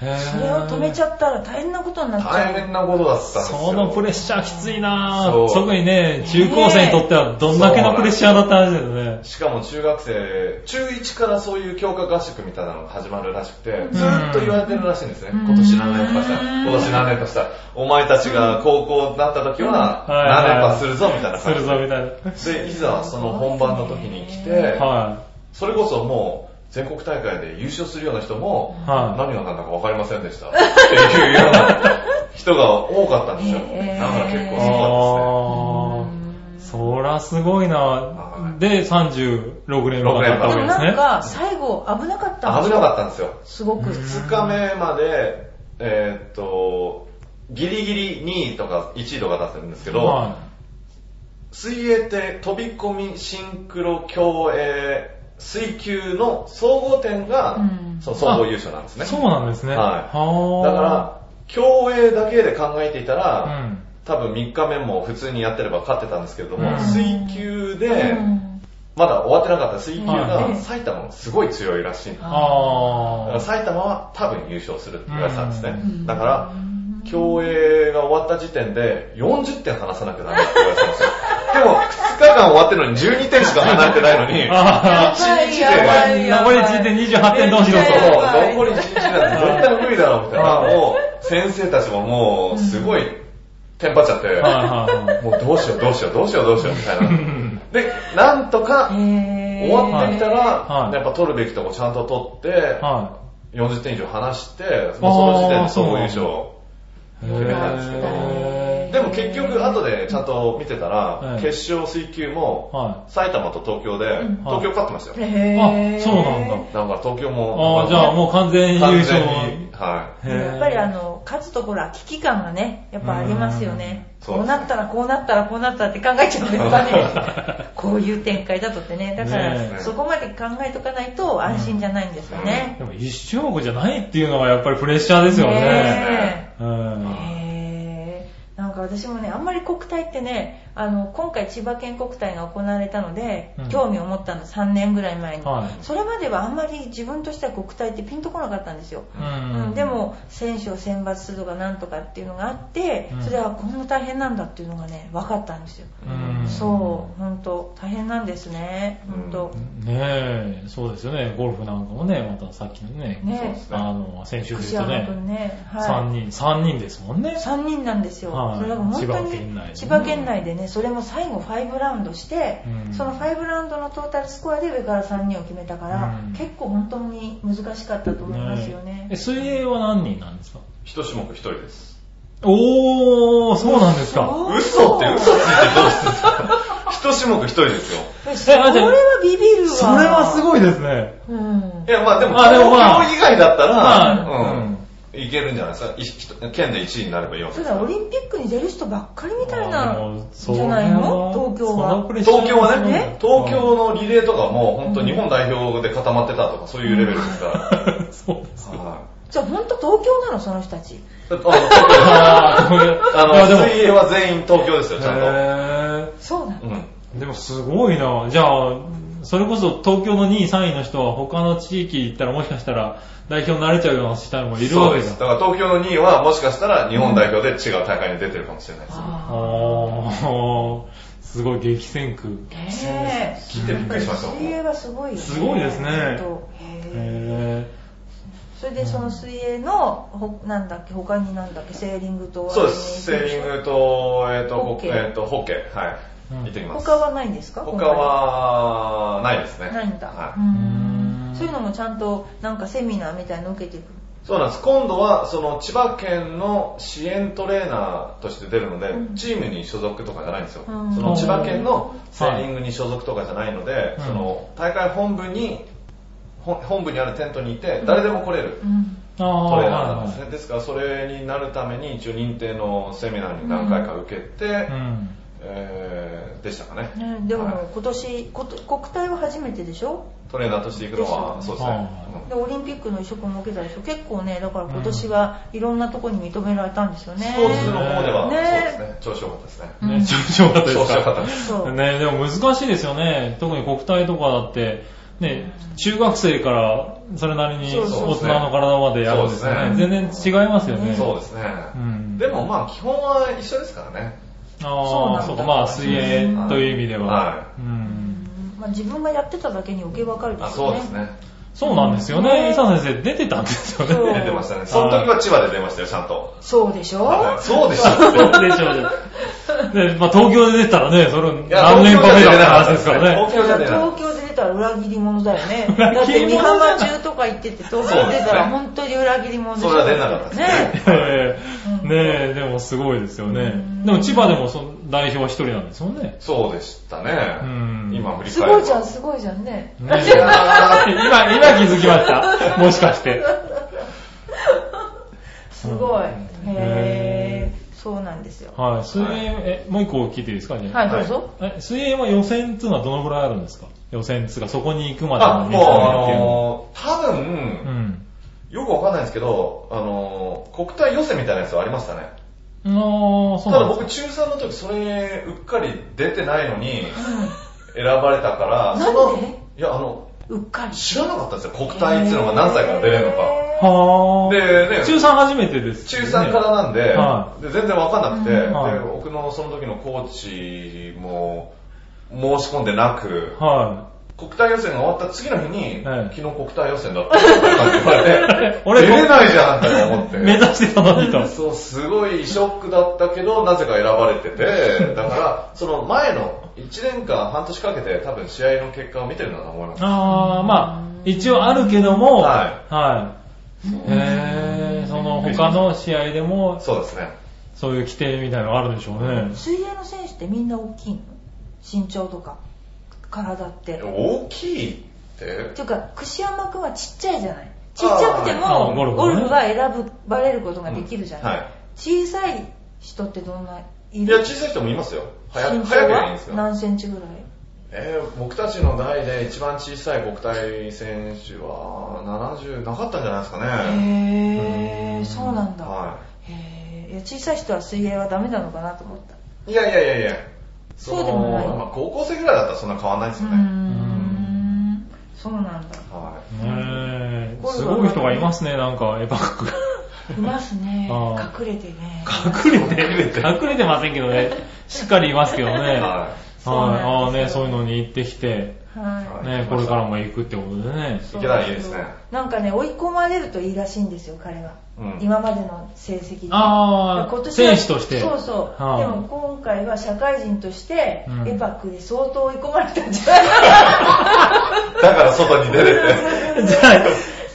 Speaker 2: へ
Speaker 1: それを止めち
Speaker 2: ゃ
Speaker 1: ゃったら大変なことになっちゃう
Speaker 3: 大変なことだったんですよ。
Speaker 2: そのプレッシャーきついな
Speaker 3: そ
Speaker 2: ぁ。
Speaker 3: う
Speaker 2: 特にね、中高生にとってはどんだけのプレッシャーだった話だよね。
Speaker 3: しかも中学生、中1からそういう強化合宿みたいなのが始まるらしくて、ずーっと言われてるらしいんですね。
Speaker 1: うん
Speaker 3: 今年何連覇した、
Speaker 1: うん
Speaker 3: 今年何連覇した、お前たちが高校になった時は
Speaker 2: うんはいはい
Speaker 3: 何連覇するぞみたいな
Speaker 2: す
Speaker 3: 感
Speaker 2: る
Speaker 3: じ
Speaker 2: ぞ
Speaker 3: で。
Speaker 2: みたい
Speaker 3: で、いざその本番の時に来て
Speaker 2: な。、は
Speaker 3: それこそもう全国大会で優勝するような人も、
Speaker 2: はい
Speaker 3: 何が何だか分かりませんでしたっていうような人が多かったんですよ。だか
Speaker 1: へ
Speaker 3: ら
Speaker 1: ー
Speaker 3: 結
Speaker 2: い。
Speaker 3: 構
Speaker 2: あ
Speaker 3: すご
Speaker 2: ー。
Speaker 3: かっ
Speaker 2: そらすごいなぁ。で、36連覇だったわ
Speaker 1: で
Speaker 2: け
Speaker 1: も
Speaker 2: ですね。
Speaker 1: なんか最後危なかった
Speaker 3: た
Speaker 1: んで
Speaker 3: ですね。危
Speaker 1: しょ
Speaker 3: なかったんですよ。
Speaker 1: すごく
Speaker 3: 2日目まで、えーっと、ギリギリ2位とか1位とかだったんですけど、
Speaker 2: は
Speaker 3: 水泳って飛び込み、シンクロ、競泳、水球の総合点が、
Speaker 1: うん
Speaker 3: その総合優勝なんです
Speaker 2: い
Speaker 3: ね。
Speaker 2: そうなんですね。
Speaker 3: はい
Speaker 2: は
Speaker 3: だから、競泳だけで考えていた
Speaker 2: う
Speaker 3: ら、
Speaker 2: ん。
Speaker 3: 多分3日目も普通にやってれば勝ってたんですけれども、
Speaker 2: うん
Speaker 3: 水球で、
Speaker 4: うん
Speaker 3: まだ終わってなかった水球
Speaker 2: は
Speaker 3: が
Speaker 4: い
Speaker 3: 埼玉もすごい強いらしいんです。だか
Speaker 2: あー。
Speaker 3: ら埼玉は多分優勝するって言われてたんですね。
Speaker 2: うん
Speaker 3: だから、競泳が終わった時点で40点離さなきゃダメだって言われてたん ですよ。でも、2日間終わってるのに12点しか離れてないのに、
Speaker 2: あ
Speaker 3: 一日で
Speaker 2: ー。残り1点28点同士だ
Speaker 3: そ
Speaker 2: と。
Speaker 3: う、残り1日なんて絶対無理だろうみたいな
Speaker 2: は。い
Speaker 3: もう、先生たちももう、すごい、テンパっちゃっ
Speaker 2: はい
Speaker 3: て、
Speaker 2: は
Speaker 3: もうどうしようどうしようどうしようどうしようみたい
Speaker 2: い
Speaker 3: な
Speaker 2: は。い。
Speaker 3: で、なんとか、
Speaker 4: 終
Speaker 3: 終わってみた
Speaker 2: は
Speaker 3: ら
Speaker 2: い、
Speaker 3: やっぱ取るべきとこちゃんと取って、
Speaker 2: は
Speaker 3: 40点以上離して、もうその時点で総合優勝。
Speaker 2: い。
Speaker 3: 決めたんですけど
Speaker 2: へ
Speaker 3: でも結局、後でちゃんと見てた
Speaker 2: は
Speaker 3: ら、
Speaker 2: い
Speaker 3: 決勝水球
Speaker 2: ー
Speaker 3: も、
Speaker 2: は
Speaker 3: 埼玉と東京で、東京勝ってましたよ。
Speaker 2: い。あ、そうなんだ。
Speaker 3: だから東京も、
Speaker 2: あー、じゃあもう完全優
Speaker 3: 完
Speaker 2: 勝
Speaker 3: 全。に、は
Speaker 2: へー
Speaker 1: やっぱりあ、の、勝つところは危機感がね、やっぱありますよね。
Speaker 3: うんそう
Speaker 1: こ
Speaker 3: です
Speaker 1: うなったらこうなったらこうなったらって考えちゃうんですか ね。こういう展開だとってね。だか
Speaker 2: ね
Speaker 1: ら、
Speaker 3: え
Speaker 1: そこまで考えとかないと安心じゃないんですよね。
Speaker 2: でも一種目じゃないっていうのがやっぱりプレッシャーですよね。
Speaker 1: ね
Speaker 2: うん
Speaker 1: えへえなんか私もね、あんまり国体ってね、あの、今回千葉県国体が行われたので
Speaker 2: うん、
Speaker 1: 興味を持ったの3年ぐらい前に。
Speaker 2: はい。
Speaker 1: それまではあんまり自分としては国体ってピンとこなかったんですよ。
Speaker 2: うん
Speaker 1: うん、で、も選手を選抜するとかなんとかっていうのがあって、
Speaker 2: うん
Speaker 1: それはこんな大変なんだっていうのがね分かったんですよ、
Speaker 2: うん
Speaker 1: そう本当大変なんですね本当、
Speaker 2: ねえ、そうですよね。ゴルフなんかもね、またさっきのね、
Speaker 1: ね
Speaker 3: そうですね
Speaker 2: あの、選手で言う
Speaker 1: 串
Speaker 2: と
Speaker 1: 山
Speaker 2: ね、
Speaker 1: 君ね、
Speaker 2: 3
Speaker 1: は
Speaker 2: 人、3人ですもんね
Speaker 1: い、。3人なんですよ、
Speaker 2: はい
Speaker 1: それが本当に
Speaker 2: 千葉県内の
Speaker 1: 千葉県内でねそれも最後5ラウンドして、
Speaker 2: うん
Speaker 1: その5ラウンドのトータルスコアで上から3人を決めたから、
Speaker 2: うん
Speaker 1: 結構本当に難しかったと思いますよね
Speaker 2: え、水泳は何人なんですか
Speaker 3: い。一種目一人です。
Speaker 2: おー、そうなんですか。
Speaker 1: おー
Speaker 3: 嘘って嘘ついてどうするんですか一種目一人ですよ。
Speaker 1: えそれはビビるわ
Speaker 2: それはすごいですね。
Speaker 1: い、うん
Speaker 3: い、や、まあでも、
Speaker 2: あでもまあ
Speaker 3: 東京以外だったら、
Speaker 2: はい
Speaker 3: うん、いけるんじゃないですかいひと。県で1位になればいいわけ
Speaker 1: そう
Speaker 3: です
Speaker 1: だ
Speaker 3: か
Speaker 1: オ
Speaker 3: ら。
Speaker 1: リンピックに出る人ばっかりみたい
Speaker 2: あ
Speaker 1: な
Speaker 2: のそ
Speaker 1: じ
Speaker 2: れ
Speaker 1: ゃ
Speaker 2: は
Speaker 1: ないの東京
Speaker 2: その
Speaker 1: は
Speaker 2: プ。レッシャー
Speaker 3: 東京はね
Speaker 1: ね、
Speaker 3: 東京のリレーとかも、本当日本代表で固まってたとか、そういうレベルですから。はい
Speaker 2: そうですか。
Speaker 1: じゃあ本当東京なのその人たち。
Speaker 3: だって
Speaker 2: あ
Speaker 3: あ
Speaker 2: ー
Speaker 3: の、
Speaker 2: い
Speaker 3: あ
Speaker 2: やで
Speaker 3: の
Speaker 2: も
Speaker 3: 水泳は全員東京ですよ、ちゃんと。
Speaker 2: へー
Speaker 1: そうなの。
Speaker 3: うん。
Speaker 2: でもすごいな。じゃあ、それこそ東京の2位、3位の人は他の地域行ったらもしかしたら代表になれちゃうような人もいる
Speaker 3: そう
Speaker 2: わけ
Speaker 3: で
Speaker 2: だ。
Speaker 3: す。だから東京の2位は、もしかしたら日本代表で違う大会に出てるかもしれないですよ。
Speaker 2: あー、すごい激戦区。
Speaker 1: ねえ。
Speaker 3: 聞いてびっくりしました。
Speaker 1: 水泳はすごいよね。
Speaker 2: すごいですね
Speaker 1: 本当へえ
Speaker 2: へ
Speaker 1: それでその水泳の、ほなんだっけ、他になんだっけ、セーリングと。
Speaker 3: そうです。セーリングと、えっ、と、ホ
Speaker 1: ホッ
Speaker 3: ッ
Speaker 1: ケ
Speaker 3: ケ
Speaker 1: ー
Speaker 3: ー、えーと、ホッケー、はい。
Speaker 2: うん
Speaker 3: 行ってきます。
Speaker 1: 他はないんですか
Speaker 3: 他。は、ないですね。
Speaker 1: 今回ないんだ
Speaker 3: は。
Speaker 1: う
Speaker 3: い
Speaker 1: んそういうのもちゃんと、なんかセミナーみたいの受けてくる。
Speaker 3: そうなんです。今度は、その、千葉県の支援トレーナーとして出るので、
Speaker 1: うん
Speaker 3: チームに所属とかじゃないんですよ。
Speaker 1: うん
Speaker 3: その、千葉県のセーリングに所属とかじゃないので、
Speaker 2: うん
Speaker 3: その、大会本部に、ほ本部にあるテントにいて、誰でも来れる
Speaker 1: うん。
Speaker 2: ー。あー
Speaker 3: トレーナーなんです
Speaker 2: は
Speaker 3: ね。ですから、それになるために、一応認定のセミナーに何回か受けて、
Speaker 2: いはいうん
Speaker 3: えーでしたかね。
Speaker 1: ねで
Speaker 3: はい
Speaker 1: も今年、こと国体は初めてでしょ
Speaker 3: トレーナーとして行くのは、
Speaker 1: です
Speaker 3: そ
Speaker 2: よね
Speaker 3: うで
Speaker 1: で
Speaker 3: すね。
Speaker 1: オリンピックの移植も受けたでしょ結構ねだから今年はいろんなとこに認められたんですよ
Speaker 3: うん
Speaker 1: ね、
Speaker 3: スポーツの方では、
Speaker 1: ね
Speaker 3: そうですね、調子良かったですね。
Speaker 1: うん
Speaker 2: ね、調子よかったです
Speaker 3: 調
Speaker 2: か
Speaker 3: 子良かったです。
Speaker 1: そう、
Speaker 2: ね、でも難しいですよね。特に国体とかだって、ね、中学生からそれなりに
Speaker 1: そう
Speaker 2: 大
Speaker 1: そう
Speaker 3: そう
Speaker 2: 人の体までやるんですよね。
Speaker 3: そうですね
Speaker 2: 全然違いますよね。
Speaker 3: そうですね。
Speaker 2: うん
Speaker 3: でもまあ、基本は一緒ですからね。
Speaker 2: ああ、
Speaker 1: そうなんだ
Speaker 2: そうか、まあ水泳という意味では。
Speaker 3: は
Speaker 2: うん
Speaker 1: まあ、自分がやってただけに受けばかるで
Speaker 3: あ
Speaker 1: すよ
Speaker 3: そう
Speaker 1: ね
Speaker 3: ですね。
Speaker 2: そうなんですよ
Speaker 1: ね
Speaker 2: ね。伊佐先生出てたんですよね。
Speaker 1: そう
Speaker 3: 出てましたね。その時は千葉で出ましたよ、ちゃんと。
Speaker 1: そうでしょ、
Speaker 3: はいそうでし
Speaker 2: そ
Speaker 3: ょ。
Speaker 2: うでしょうね。で、まあ東京で出てたらね、それ
Speaker 3: いや
Speaker 2: 何年か目だな話ですからね。
Speaker 3: 東京じゃ出なかっ
Speaker 1: 東京で出たら裏切り者だよね
Speaker 2: 裏
Speaker 1: だっ
Speaker 2: 切り
Speaker 1: て美
Speaker 2: 者じゃん
Speaker 1: 浜中とか行ってて東京で出たら
Speaker 3: そうですね
Speaker 1: 本当に裏切り者
Speaker 3: た
Speaker 1: でし
Speaker 3: そ
Speaker 1: ょ
Speaker 3: れは出なかったですね。
Speaker 1: ね
Speaker 2: え
Speaker 1: う
Speaker 2: え
Speaker 1: ん
Speaker 2: ねえ、でもすごいですよね
Speaker 1: うん。
Speaker 2: でも千葉でもその代表は一人なんですもんね。
Speaker 3: そうでしたね
Speaker 2: うん。
Speaker 3: 今振り
Speaker 1: す
Speaker 3: 返
Speaker 1: ごい
Speaker 3: る
Speaker 1: じゃん
Speaker 3: と。
Speaker 1: すごいじゃんね
Speaker 2: ねえ 今、今気づきました。もしかして。
Speaker 1: すごい、
Speaker 2: うん
Speaker 1: へえそうなんですよ
Speaker 2: はい、水泳、
Speaker 3: はい
Speaker 2: え、もう一個聞いていいですかね。
Speaker 1: はいいどうぞ、
Speaker 2: え水泳は予選っていうのはどのぐらいあるんですか予選っていうか、そこに行くまで
Speaker 3: あ、
Speaker 2: の
Speaker 3: もうあのー、多
Speaker 2: う
Speaker 3: 分、
Speaker 2: ん。
Speaker 3: よくわかんないんですけど、あのー、国体予選みたいなやつはありましたね。
Speaker 2: あー、そ
Speaker 3: た
Speaker 2: うな
Speaker 3: だ
Speaker 2: ん
Speaker 3: 僕
Speaker 2: です
Speaker 3: 中3の時それ、うっかり出てないのに、選ばれたか
Speaker 1: な
Speaker 3: ら、
Speaker 1: んで
Speaker 3: その、いや、あの、
Speaker 1: うっかり。
Speaker 3: 知らなかったんですよ。国体っていうのが何歳から出れるのか。
Speaker 2: か。はー。
Speaker 3: で、ね、
Speaker 2: 中3初めてです。
Speaker 3: 中3からなんで、
Speaker 2: は
Speaker 3: で全然わかんなくて、
Speaker 2: んはい
Speaker 3: で、僕のその時のコーチも申し込んでなく、
Speaker 2: は
Speaker 3: 国体予選が終わった次の日に、
Speaker 2: はい、
Speaker 3: 昨日国体予選だったって言われて
Speaker 2: 俺
Speaker 3: 出れないじゃんって思っ
Speaker 2: い。
Speaker 3: て。
Speaker 2: 目指してたのにと。
Speaker 3: そう、すごいショックだったけど、なぜか選ばれて て、だから、その前の1年間半年かけて多分試合の結果を見てるんだと思います。
Speaker 2: あー、まあ、一応あるけども、。
Speaker 3: はい
Speaker 2: はい。へー、その他の試合でも、
Speaker 3: そうですね。
Speaker 2: そういう規定みたいなのあるんでしょうね。
Speaker 1: 水泳の選手ってみんな大きいの身長とか、体って。っ
Speaker 3: 大きいって
Speaker 1: ていうか、串山くんはちっちゃいじゃないちっちゃくて
Speaker 2: あ
Speaker 1: も、
Speaker 2: ーゴ
Speaker 1: ゴル
Speaker 2: ルフね
Speaker 1: フが選ばれることができるじゃない、
Speaker 3: うんはい
Speaker 1: 小さい人ってどんない
Speaker 3: いや、
Speaker 1: る
Speaker 3: 小さい人もいますよ。早
Speaker 1: 身
Speaker 3: く、
Speaker 1: 長
Speaker 3: 早くはいいんです
Speaker 1: は
Speaker 3: よ。
Speaker 1: 何センチぐらい
Speaker 3: えー僕たちの代で一番小さい国体選手は70なかったんじゃないですか
Speaker 1: へ
Speaker 3: ね。
Speaker 1: ー、そうなんだ。
Speaker 3: は
Speaker 1: へーいや小さい人は水泳はダメなのかなと思った。
Speaker 3: い。いやいやいやいや。
Speaker 1: そうでもない
Speaker 3: のまあ高校生ぐらいだったらそんな変わんないです
Speaker 1: う
Speaker 3: よ
Speaker 1: ー
Speaker 3: ね。
Speaker 1: ん、そうなんだ。
Speaker 3: は
Speaker 2: ねえすごい人がいますね、なんか、エヴァック。
Speaker 1: いますね。
Speaker 2: あー
Speaker 1: 隠れてね。
Speaker 2: 隠れて、隠れてませんけどね。しっかりいますけどね。
Speaker 3: い。
Speaker 2: は。
Speaker 3: はい
Speaker 1: そうなんですよ
Speaker 2: ああね、そういうのに行ってきて、
Speaker 1: は
Speaker 2: ね、これからも行くってことでね
Speaker 1: い。。
Speaker 3: いけたらいいですね
Speaker 1: なんかね、追い込まれるといいらしいんですよ、彼は。
Speaker 3: うん
Speaker 1: 今までの成績で。
Speaker 2: あー
Speaker 1: 今年は
Speaker 2: 選手として
Speaker 1: そうそう。
Speaker 2: はあ
Speaker 1: でも今回は社会人として、
Speaker 2: うん
Speaker 1: エパックで相当追い込まれたんじゃないかな。
Speaker 3: い。だから外に出 れて。
Speaker 2: じゃあ、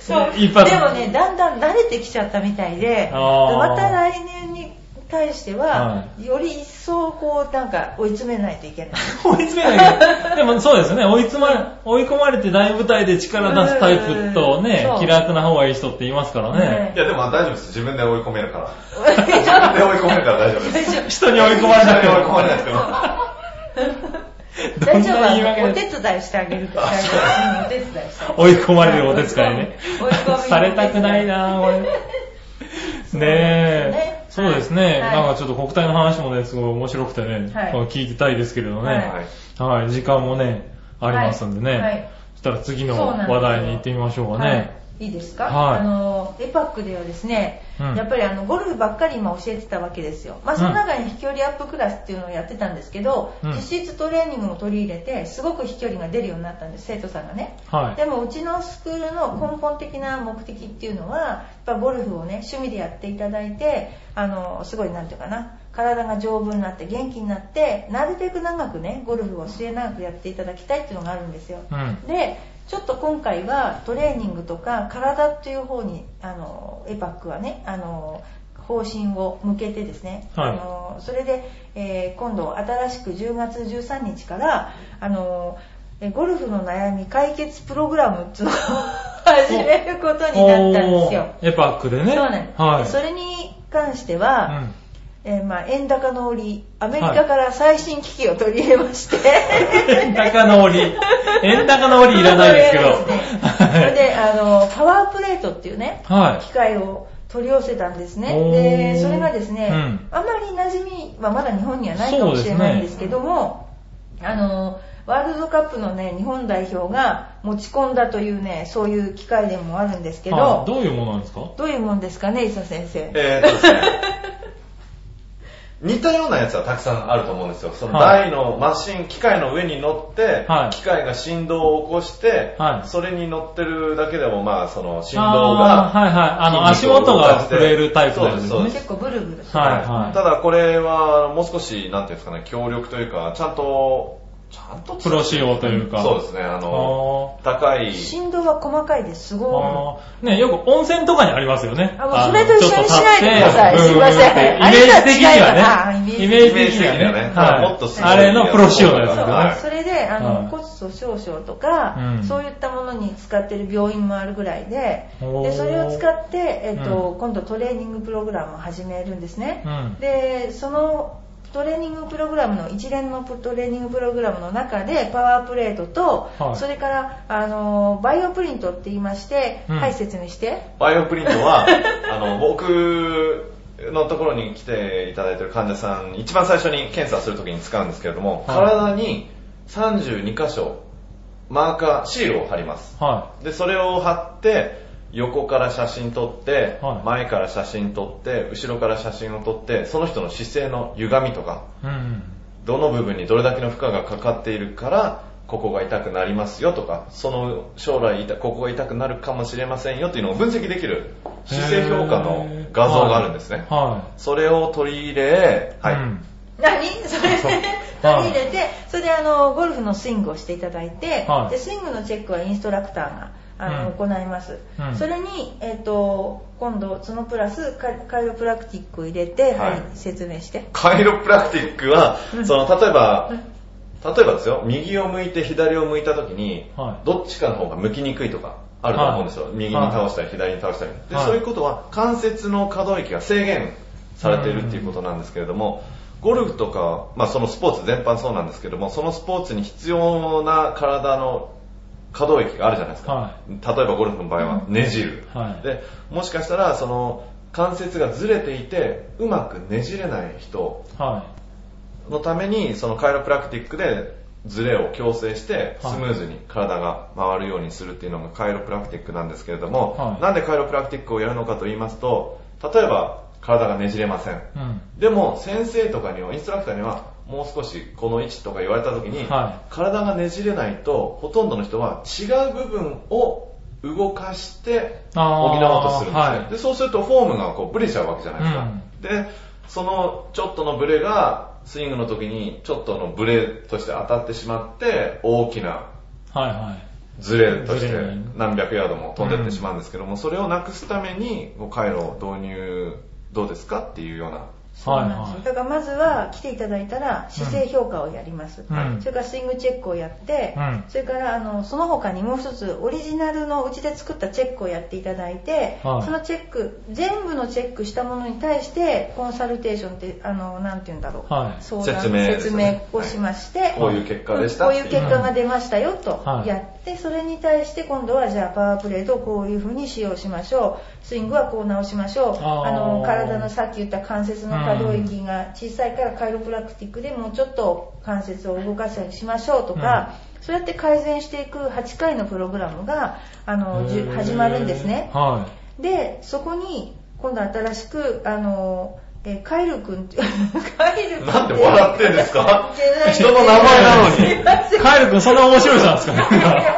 Speaker 1: そう。
Speaker 2: 一発。
Speaker 1: でもね、だんだん慣れてきちゃったみたいで、
Speaker 2: あー
Speaker 1: また来年に対しては
Speaker 2: は、
Speaker 1: より一層こう、なんか追い詰めないといけ ない。
Speaker 2: 追い詰めない けど。でもそうですね、追い詰ま、追い込まれて大舞台で力出すタイプと
Speaker 1: う、
Speaker 2: ね
Speaker 1: んそう
Speaker 2: 気楽な方がいい人って言いますからね。
Speaker 3: いや、でも大丈夫です。自分で追い込め るから。
Speaker 1: 大
Speaker 3: 自分で追い込めるから大丈夫です。
Speaker 1: 丈夫
Speaker 2: 人に追い込まれ
Speaker 3: 自
Speaker 2: なく
Speaker 3: 分で
Speaker 2: て
Speaker 3: 追い
Speaker 2: も
Speaker 3: 込まれないですけ ど。は
Speaker 1: 大丈夫
Speaker 2: どんな言い訳
Speaker 1: あの
Speaker 2: で
Speaker 1: お手伝いしてあげる から。うんお手伝いしてあげる。
Speaker 2: 追い込まれるお手伝いね
Speaker 1: 追い込みのお手。伝い
Speaker 2: されたくないなぁ、俺。 ねえ、
Speaker 1: そ
Speaker 2: そう
Speaker 1: う
Speaker 2: で
Speaker 1: ですす
Speaker 2: ね、
Speaker 1: ねはい
Speaker 2: なんかちょっと国体の話もね、すごい面白くてね、
Speaker 1: はい
Speaker 2: 聞いてたいですけれどね、は、
Speaker 1: はい
Speaker 2: 時間もね、ありますんでね、
Speaker 1: はいはい
Speaker 2: そしたら次の
Speaker 1: そうなんですよ
Speaker 2: 話題に行ってみましょうかね。
Speaker 1: はいいいですか、
Speaker 2: はい
Speaker 1: あのエパックではですね、
Speaker 2: うん
Speaker 1: やっぱりあのゴルフばっかり今教えてたわけですよ。まあその中に飛距離アップクラスっていうのをやってたんですけど、
Speaker 2: うん
Speaker 1: 実質トレーニングも取り入れて、すごく飛距離が出るようになったんです、生徒さんがね。
Speaker 2: はい。
Speaker 1: でもうちのスクールの根本的な目的っていうのは、やっぱゴルフをね、趣味でやっていただいて、あの、すごいなんていうかな、体が丈夫になって元気になって、なるべく長くね、ゴルフを末長くやっていただきたいっていうのがあるんですよ。
Speaker 2: うん。
Speaker 1: でちょっと今回はトレーニングとか体っていう方にあのエパックはねあの方針を向けてですね、
Speaker 2: はい
Speaker 1: あのそれで、えー今度新しく10月13日からあのえゴルフの悩み解決プログラムっていうの を始めることになったんですよ。
Speaker 2: おーエパックでね。
Speaker 1: そうなんです、
Speaker 2: はい。
Speaker 1: でそれに関しては、
Speaker 2: うん
Speaker 1: えーまあ、円高の折アメリカから最新機器を取り入れま して、
Speaker 2: 円高の 折。円高の折いらないですけど。
Speaker 1: それで、あの、パワープレートっていうね、
Speaker 2: はい。
Speaker 1: 機械を取り寄せたんですね。
Speaker 2: おー
Speaker 1: で、それがですね、
Speaker 2: うん
Speaker 1: あまり馴染みはまだ日本にはないかもしれないんですけども、あの、ワールドカップのね、日本代表が持ち込んだというね、そういう機械でもあるんですけ
Speaker 2: はい
Speaker 1: ど、
Speaker 2: どういうものなんですか
Speaker 1: どういうもんですかね、伊佐先生。
Speaker 3: えーっとですね。 似たようなやつはたくさんあると思うんですよ。その
Speaker 2: はい
Speaker 3: 台のマシン、機械の上に乗って、
Speaker 2: はい
Speaker 3: 機械が振動を起こして、
Speaker 2: はい
Speaker 3: それに乗ってるだけでも、まあ、その振動
Speaker 2: あー
Speaker 3: が、
Speaker 2: はいはい。あの、足
Speaker 3: 筋肉を
Speaker 2: 元
Speaker 3: 動
Speaker 2: が
Speaker 3: かして
Speaker 2: 触れるタイプのやつ
Speaker 3: そう
Speaker 2: で
Speaker 3: ですす
Speaker 2: ね。
Speaker 1: 結構ブルブル。
Speaker 2: はいはい
Speaker 3: ただこれは、もう少し、なんていうんですかね、協力というか、ちゃんと、ちゃんと
Speaker 2: プロ仕様というか。
Speaker 3: そう
Speaker 2: す。
Speaker 3: ですね、あ
Speaker 2: あ
Speaker 3: の、高い、
Speaker 1: 振動は細かいです。す
Speaker 2: ー
Speaker 1: ご
Speaker 2: あーね、よく温泉とかにありますよね。
Speaker 1: あもうそれと一緒にしないでください
Speaker 2: あのちょっと立って
Speaker 1: すいませ
Speaker 2: ブ
Speaker 1: ん
Speaker 2: ーンってイメージ的
Speaker 1: あれとは違いますあイメー
Speaker 2: にはね。イメージ
Speaker 3: ジ
Speaker 2: 的にはね。
Speaker 3: イメージ的にはね
Speaker 2: はい
Speaker 3: もっとすごい
Speaker 2: あれのプロ仕様のやつ
Speaker 1: い。
Speaker 2: です
Speaker 1: そう
Speaker 2: よ
Speaker 3: はい
Speaker 2: ね。
Speaker 1: それで、あの、
Speaker 2: はい
Speaker 1: 骨粗鬆症とか、
Speaker 2: うん
Speaker 1: そういったものに使ってる病院もあるぐらいで、
Speaker 2: おー
Speaker 1: でそれを使って、えっと今度トレーニングプログラムを始めるんですね、
Speaker 2: うん
Speaker 1: でそのトレーニングプログラムの一連のトレーニングプログラムの中でパワープレートと、
Speaker 2: はい
Speaker 1: それからあのバイオプリントって言いまして、
Speaker 2: うん
Speaker 1: はい説明して
Speaker 3: バイオプリントは、 あの、僕のところに来ていただいてる患者さん、一番最初に検査するときに使うんですけれども、
Speaker 2: はい
Speaker 3: 体に32箇所、マーカー、シールを貼ります。
Speaker 2: は
Speaker 3: で、それを貼って、横から写真撮って、
Speaker 2: はい
Speaker 3: 前から写真撮って、後ろから写真を撮って、その人の姿勢の歪みとか、
Speaker 2: い。うん。
Speaker 3: どの部分にどれだけの負荷がかかっているから、ここが痛くなりますよとか、その将来痛ここが痛くなるかもしれませんよっていうのを分析できる姿勢評価の画像があるんですね。
Speaker 2: は
Speaker 3: それを取り入れ、
Speaker 2: い。
Speaker 3: はい。
Speaker 2: うん
Speaker 1: 何 それ
Speaker 2: そう
Speaker 1: 取り入れてそれであのゴルフのスイングをしていただいて、
Speaker 2: はい
Speaker 1: でスイングのチェックはインストラクターがあの、
Speaker 2: うん
Speaker 1: 行います、
Speaker 2: うん
Speaker 1: それに、えっと今度そのプラスカカイロプラクティックを入れて、
Speaker 3: はい
Speaker 1: はい、説明して
Speaker 3: カイロプラクティックは
Speaker 1: う、ん
Speaker 3: その、例えば
Speaker 1: う、
Speaker 3: 例えばですよ、右を向いて左を向いた時に、
Speaker 2: はい
Speaker 3: どっちかの方が向きにくいとか、あると思うんですよ。
Speaker 2: はい
Speaker 3: 右に倒したり、左に倒したり。で、
Speaker 2: はい
Speaker 3: そういうことは、関節の可動域が制限されているっていうことなんですけれども、ゴルフとか、まあそのスポーツ全般そうなんですけども、そのスポーツに必要な体の可動域があるじゃないですか。
Speaker 2: は
Speaker 3: 例えばゴルフの場合は、ねじる。
Speaker 2: はい
Speaker 3: で、もしかしたら、その、関節がずれていて、うまくねじれない人
Speaker 2: は
Speaker 3: のためにそのカイロプラクティックでズレを矯正してスムーズに体が回るようにするっていうのがカイロプラクティックなんですけれども、
Speaker 2: はい
Speaker 3: なんでカイロプラクティックをやるのかと言いますと例えば体がねじれません
Speaker 2: い。うん。
Speaker 3: でも先生とかにはインストラクターにはもう少しこの位置とか言われた時に、
Speaker 2: は
Speaker 3: 体がねじれないとほとんどの人は違う部分を動かして補
Speaker 2: あー
Speaker 3: おうとするんですね、
Speaker 2: はい
Speaker 3: でそうするとフォームがこうブレちゃうわけじゃないですか、でそのちょっとのブレがスイングの時にちょっとのブレとして当たってしまって大きな
Speaker 2: はいはい。
Speaker 3: ズレとして
Speaker 2: ズレに
Speaker 3: 何百ヤードも飛んでってしまうんですけども、それをなくすためにこう回路を導入どうですかっていうような
Speaker 1: そうなんですよ
Speaker 2: はいはい
Speaker 1: だからまずは来ていただいたら姿勢評価をやります、
Speaker 2: うん
Speaker 1: それからスイングチェックをやって、
Speaker 2: うん
Speaker 1: それからあのその他にもう一つオリジナルのうちで作ったチェックをやっていただいて、
Speaker 2: はい
Speaker 1: そのチェック全部のチェックしたものに対してコンサルテーションってあのなんて言うんだろう、
Speaker 2: はい
Speaker 1: 相
Speaker 3: 説明です
Speaker 1: 説
Speaker 3: ね
Speaker 1: 明をしまして、
Speaker 3: こういう結果でした
Speaker 1: う
Speaker 3: っ
Speaker 1: ん
Speaker 3: て
Speaker 1: こ
Speaker 3: いう
Speaker 1: ういう結果が出ましたよと
Speaker 2: はい
Speaker 1: やって、それに対して今度はじゃあパワープレートをこういう風に使用しましょうスイングはこう直しましょう
Speaker 2: あー
Speaker 1: あの体のさっき言った関節の可動域が小さいからカイロプラクティックでもうちょっと関節を動かすようにしましょうとか、そうやって改善していく8回のプログラムがあのじゅ
Speaker 2: へー
Speaker 1: 始まるんですね。
Speaker 2: は
Speaker 1: でそこに今度新しくあのえーカイル君って カイル君って
Speaker 3: なんで笑ってんですか人の名前なのに
Speaker 2: い。カエル君そんな面白い人なんです かね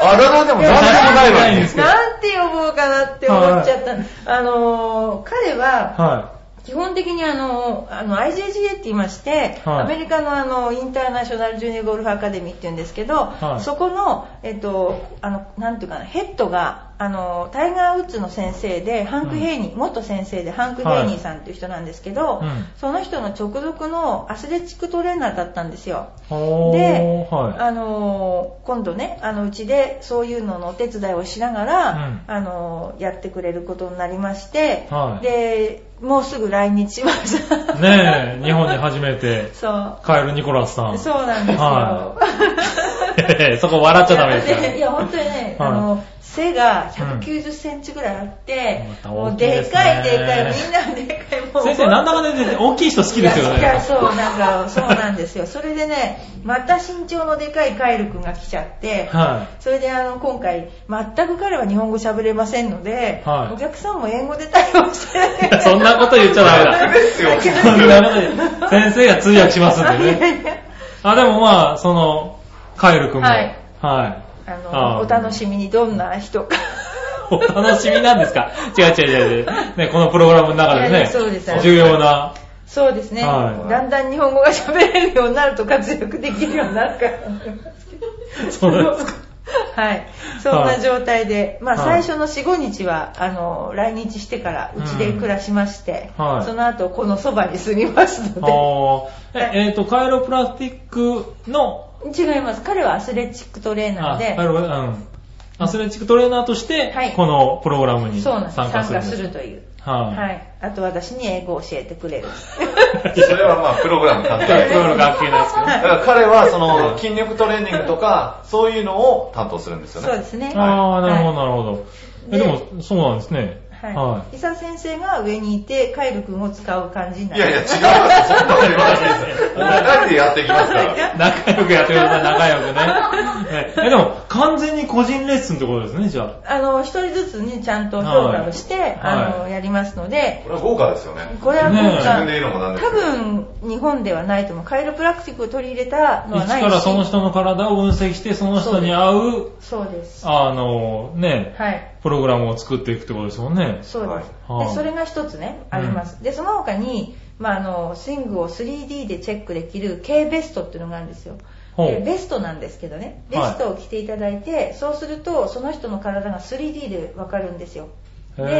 Speaker 3: あららでも何でもないの に
Speaker 2: すけど
Speaker 1: なんて呼ぼうかなって思っちゃった、あのー彼は
Speaker 2: は
Speaker 1: 基本的にあのーあの IJGA って言いまして、
Speaker 2: はい
Speaker 1: アメリカのあのインターナショナルジュニアゴルフアカデミーって言うんですけど、
Speaker 2: はい
Speaker 1: そこの、えっと、あのなんていうかなヘッドがあのータイガー・ウッズの先生でハンク・ヘイニー、元先生でハンク・ヘイニーさんっていう人なんですけど、
Speaker 2: はいうん
Speaker 1: その人の直属のアスレチックトレーナーだったんですよ。
Speaker 2: い。お
Speaker 1: で
Speaker 2: ー、はい。
Speaker 1: あのー今度ねあのうちでそういうののお手伝いをしながら、あのーやってくれることになりまして、
Speaker 2: はい
Speaker 1: でもうすぐ来日しました
Speaker 2: ねえ、日本に初め て、
Speaker 1: そ
Speaker 2: カエル・ニコラスさん。
Speaker 1: うそうなんですよ、
Speaker 2: は そこ笑っちゃダメですから。
Speaker 1: いや本当にね、
Speaker 2: はい
Speaker 1: あの背が1 9 0センチぐらいあって、
Speaker 2: うん
Speaker 1: もう
Speaker 2: また大きい
Speaker 1: で
Speaker 2: ですね
Speaker 1: かいでかいみんなでかいもう
Speaker 2: 先生、なんだかんだで大きい人好きですよ
Speaker 1: いや
Speaker 2: ね。
Speaker 1: そうなんかそうなんですよそれでねまた身長のでかいカエル君が来ちゃって、
Speaker 2: は
Speaker 1: それであの今回全く彼は日本語喋れませんので、
Speaker 2: はい
Speaker 1: お客さんも英語で対応して
Speaker 2: い いや。そんなこと言っちゃダ
Speaker 3: 逆
Speaker 2: メだ。
Speaker 3: ですよ。
Speaker 2: そんなことで先生が通訳しますんでね。あ、でもまあ、その、カエル君も。
Speaker 1: はい
Speaker 2: はい
Speaker 1: あの
Speaker 2: あ
Speaker 1: お
Speaker 2: ー
Speaker 1: 楽しみにどんな人か
Speaker 2: お楽しみなんですか違う違う違う違う。ね、このプログラムの中で
Speaker 1: いやい
Speaker 2: ね、
Speaker 1: やそうです
Speaker 2: 重要な。
Speaker 1: そうですね、
Speaker 2: はい
Speaker 1: だんだん日本語が喋れるようになると活躍できるようになるからと思いますけど
Speaker 2: そうなんですか。
Speaker 1: はい、そんな状態で、まあ、
Speaker 2: は
Speaker 1: 最
Speaker 2: い
Speaker 1: 初の45日はあの来日してからうちで暮らしまして、
Speaker 2: うんはい
Speaker 1: その後このそばに住みますので
Speaker 2: おーええっ、と、カイロプラスティックの、
Speaker 1: 違います彼はアスレチックトレーナー
Speaker 2: あ、
Speaker 1: で
Speaker 2: カイロ、うん。アスレチックトレーナーとして、
Speaker 1: はい
Speaker 2: このプログラムに
Speaker 1: そう
Speaker 2: 参
Speaker 1: なんです参
Speaker 2: 加する
Speaker 1: 加
Speaker 2: んです
Speaker 1: るという、
Speaker 2: はい
Speaker 1: はい。あと私に英語を教えてく れる。
Speaker 3: それはまあ、プログラム関係
Speaker 2: プ
Speaker 3: ない。
Speaker 2: ロの関係ないですけどね。
Speaker 3: だから彼はその筋力トレーニングとか、そういうのを担当するんですよね。
Speaker 1: そうですね。
Speaker 2: ああ、なるほど、なるほど。え
Speaker 1: で
Speaker 2: でも、そうなんですね。
Speaker 1: は。
Speaker 2: はい
Speaker 1: 伊佐先生が上にいて、カイル君を使う感じにないる。
Speaker 3: やいや、違いますよ。そんなこと言わないですよ。二人でやっていきますから。
Speaker 2: い。仲良くやってください、仲良くね。 ねえ、でも、完全に個人レッスンってことですね、じゃ
Speaker 1: あの、一人ずつにちゃんと評価をして、
Speaker 2: はい
Speaker 1: あの、
Speaker 2: は
Speaker 1: やりますので、
Speaker 3: これは豪華ですよね。
Speaker 1: これは
Speaker 2: ねえ
Speaker 1: 今
Speaker 3: 自分で言うのもなんです
Speaker 1: 多
Speaker 3: けど。
Speaker 1: 分日本ではないと思う。カイロプラクティックを取り入れたの
Speaker 2: あ。
Speaker 1: はない
Speaker 2: 一
Speaker 1: し。
Speaker 2: からその人の体を分析して、その人に合う、
Speaker 1: そうです。
Speaker 2: あの、ね、
Speaker 1: はい。
Speaker 2: プログラムを作っていくってことですもんね。
Speaker 1: そうです。
Speaker 2: はいは
Speaker 1: で
Speaker 2: い
Speaker 1: それが一つね、あります。で、その他に、まあ、あの、スイングを 3D でチェックできる K ベストっていうのがあるんですよ。
Speaker 2: ほ
Speaker 1: で
Speaker 2: う。
Speaker 1: ベストなんですけどね。ベ
Speaker 2: はい
Speaker 1: ストを着ていただいて、そうすると、その人の体が 3D でわかるんですよ。
Speaker 2: へ
Speaker 1: で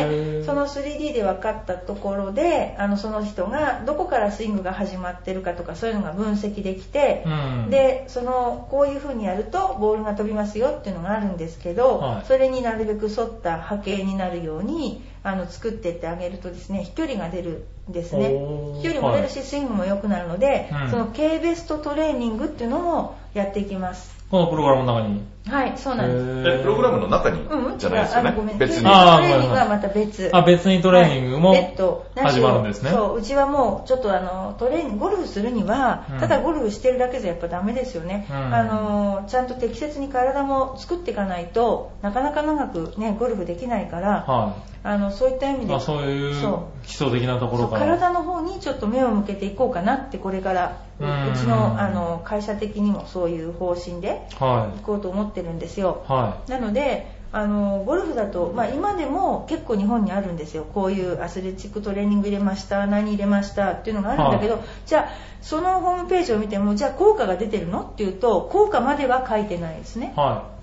Speaker 2: ー
Speaker 1: その 3D で分かったところであのその人がどこからスイングが始まってるかとかそういうのが分析できて
Speaker 2: う、ん。
Speaker 1: でそのこういう風にやるとボールが飛びますよっていうのがあるんですけど、
Speaker 2: はい
Speaker 1: それになるべく沿った波形になるようにあの作ってってあげるとですね飛距離が出るんですね
Speaker 2: おー
Speaker 1: 飛距離も出るし、スイングも良くなるので、
Speaker 2: うん
Speaker 1: その K ベストトレーニングっていうのもやっていきます
Speaker 2: このプログラムの中に。
Speaker 1: はいそうなんです
Speaker 2: へ
Speaker 3: え、
Speaker 2: ー
Speaker 3: プログラムの中に
Speaker 1: うんうん
Speaker 3: じゃないですよ
Speaker 1: あごめ
Speaker 3: ね。
Speaker 1: ん
Speaker 3: 別
Speaker 1: ト
Speaker 3: に。
Speaker 1: レ
Speaker 2: あ
Speaker 3: あ
Speaker 2: ー
Speaker 1: ーニングはまた別
Speaker 2: あ、別にトレーニングも
Speaker 1: はいえっと何し
Speaker 2: 始
Speaker 1: ろ
Speaker 2: まるんですね。
Speaker 1: そううちはもうちょっとあのトレーニングゴルフするには、
Speaker 2: うん
Speaker 1: ただゴルフしてるだけじゃやっぱダメですよね、
Speaker 2: うん
Speaker 1: あのちゃんと適切に体も作っていかないとなかなか長くねゴルフできないから
Speaker 2: は
Speaker 1: あのそういった意味
Speaker 2: い。
Speaker 1: で
Speaker 2: あ、そういう
Speaker 1: そ
Speaker 2: 基礎的なとこ
Speaker 1: そ
Speaker 2: ろ
Speaker 1: う
Speaker 2: から。
Speaker 1: 体の方にちょっと目を向けていこうかなってこれから、う
Speaker 2: うん
Speaker 1: ちのあの会社的にもそういう方針で
Speaker 2: は
Speaker 1: 行こうと思ってるんですよ
Speaker 2: い。は
Speaker 1: なのであのゴルフだと、まあ、今でも結構日本にあるんですよこういうアスレチックトレーニング入れました何入れましたっていうのがあるんだけど、じゃあそのホームページを見てもじゃあ効果が出てるのっていうと効果までは書いてないです
Speaker 2: い。
Speaker 1: ね
Speaker 2: は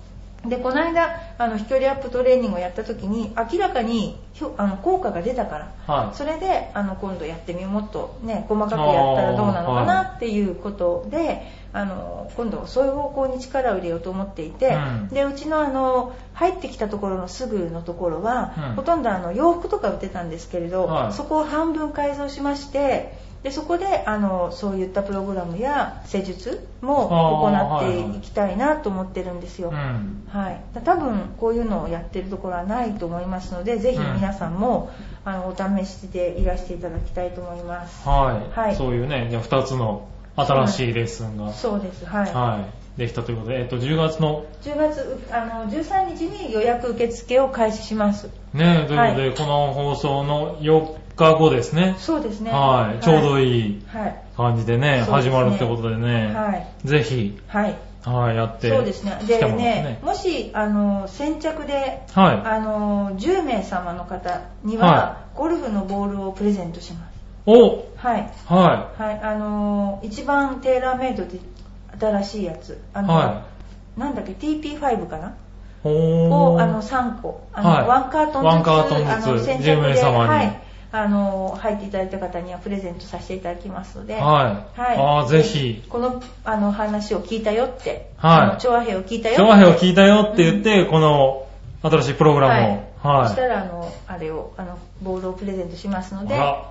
Speaker 1: でこの間あの飛距離アップトレーニングをやった時に明らかにひょあの効果が出たから
Speaker 2: い。はい。
Speaker 1: それであの今度やってみようもっと、ね、細かくやったらどうなのかなっていうことであの今度そういう方向に力を入れようと思っていて、
Speaker 2: うん
Speaker 1: でうちのあの入ってきたところのすぐのところは、
Speaker 2: うん
Speaker 1: ほとんどあの洋服とか売ってたんですけれど、
Speaker 2: はい
Speaker 1: そこを半分改造しましてでそこであのそういったプログラムや施術も行っていきたいなと思ってるんですよ。
Speaker 2: うん。
Speaker 1: はい、多分こういうのをやってるところはないと思いますのでぜひ皆さんも、あのお試しでいらしていただきたいと思います
Speaker 2: はい。
Speaker 1: はい
Speaker 2: そういうね、じゃあ2つの新しいレッスンが、
Speaker 1: そうですはい、
Speaker 2: はい、できたということで、えっと、10月の、
Speaker 1: 10月うあの13日に予約受付を開始します
Speaker 2: ね、ということ
Speaker 1: は
Speaker 2: で、この放送の4日後ですね。
Speaker 1: そうですね
Speaker 2: はい。ちょうど
Speaker 1: い
Speaker 2: いい
Speaker 1: はい
Speaker 2: 感じでね、
Speaker 1: そうですね
Speaker 2: 始まるってことでね、
Speaker 1: はい、
Speaker 2: ぜひ、
Speaker 1: はい、
Speaker 2: はい、やって、
Speaker 1: そうですね
Speaker 2: 来
Speaker 1: で
Speaker 2: て
Speaker 1: ね
Speaker 2: もらってね。
Speaker 1: もしあの先着で
Speaker 2: はい。
Speaker 1: あの10名様の方には、
Speaker 2: は
Speaker 1: ゴルフのボールをプレゼントします
Speaker 2: お
Speaker 1: はい
Speaker 2: は
Speaker 1: はい、あのー一番テーラーメイドで新しいやつ、あ
Speaker 2: い。
Speaker 1: の、
Speaker 2: は
Speaker 1: なんだっけ、TP5 かな、
Speaker 2: い。お
Speaker 1: を
Speaker 2: ー。
Speaker 1: あの3個、あの
Speaker 2: はい
Speaker 1: ワンカートンずつ、
Speaker 2: ワンカートンずつ
Speaker 1: あの先着
Speaker 2: 10名
Speaker 1: で、
Speaker 2: 様に
Speaker 1: はい、あのー入っていただいた方にはプレゼントさせていただきますので、
Speaker 2: はい。あーぜひ、
Speaker 1: このあの話を聞いたよって、
Speaker 2: はい
Speaker 1: あの調和兵を聞いたよって、
Speaker 2: 長編を聞いたよって言って、この新しいプログラムを、
Speaker 1: はい
Speaker 2: はい。
Speaker 1: そしたらあのあれをあのボールをプレゼントしますので、
Speaker 2: あ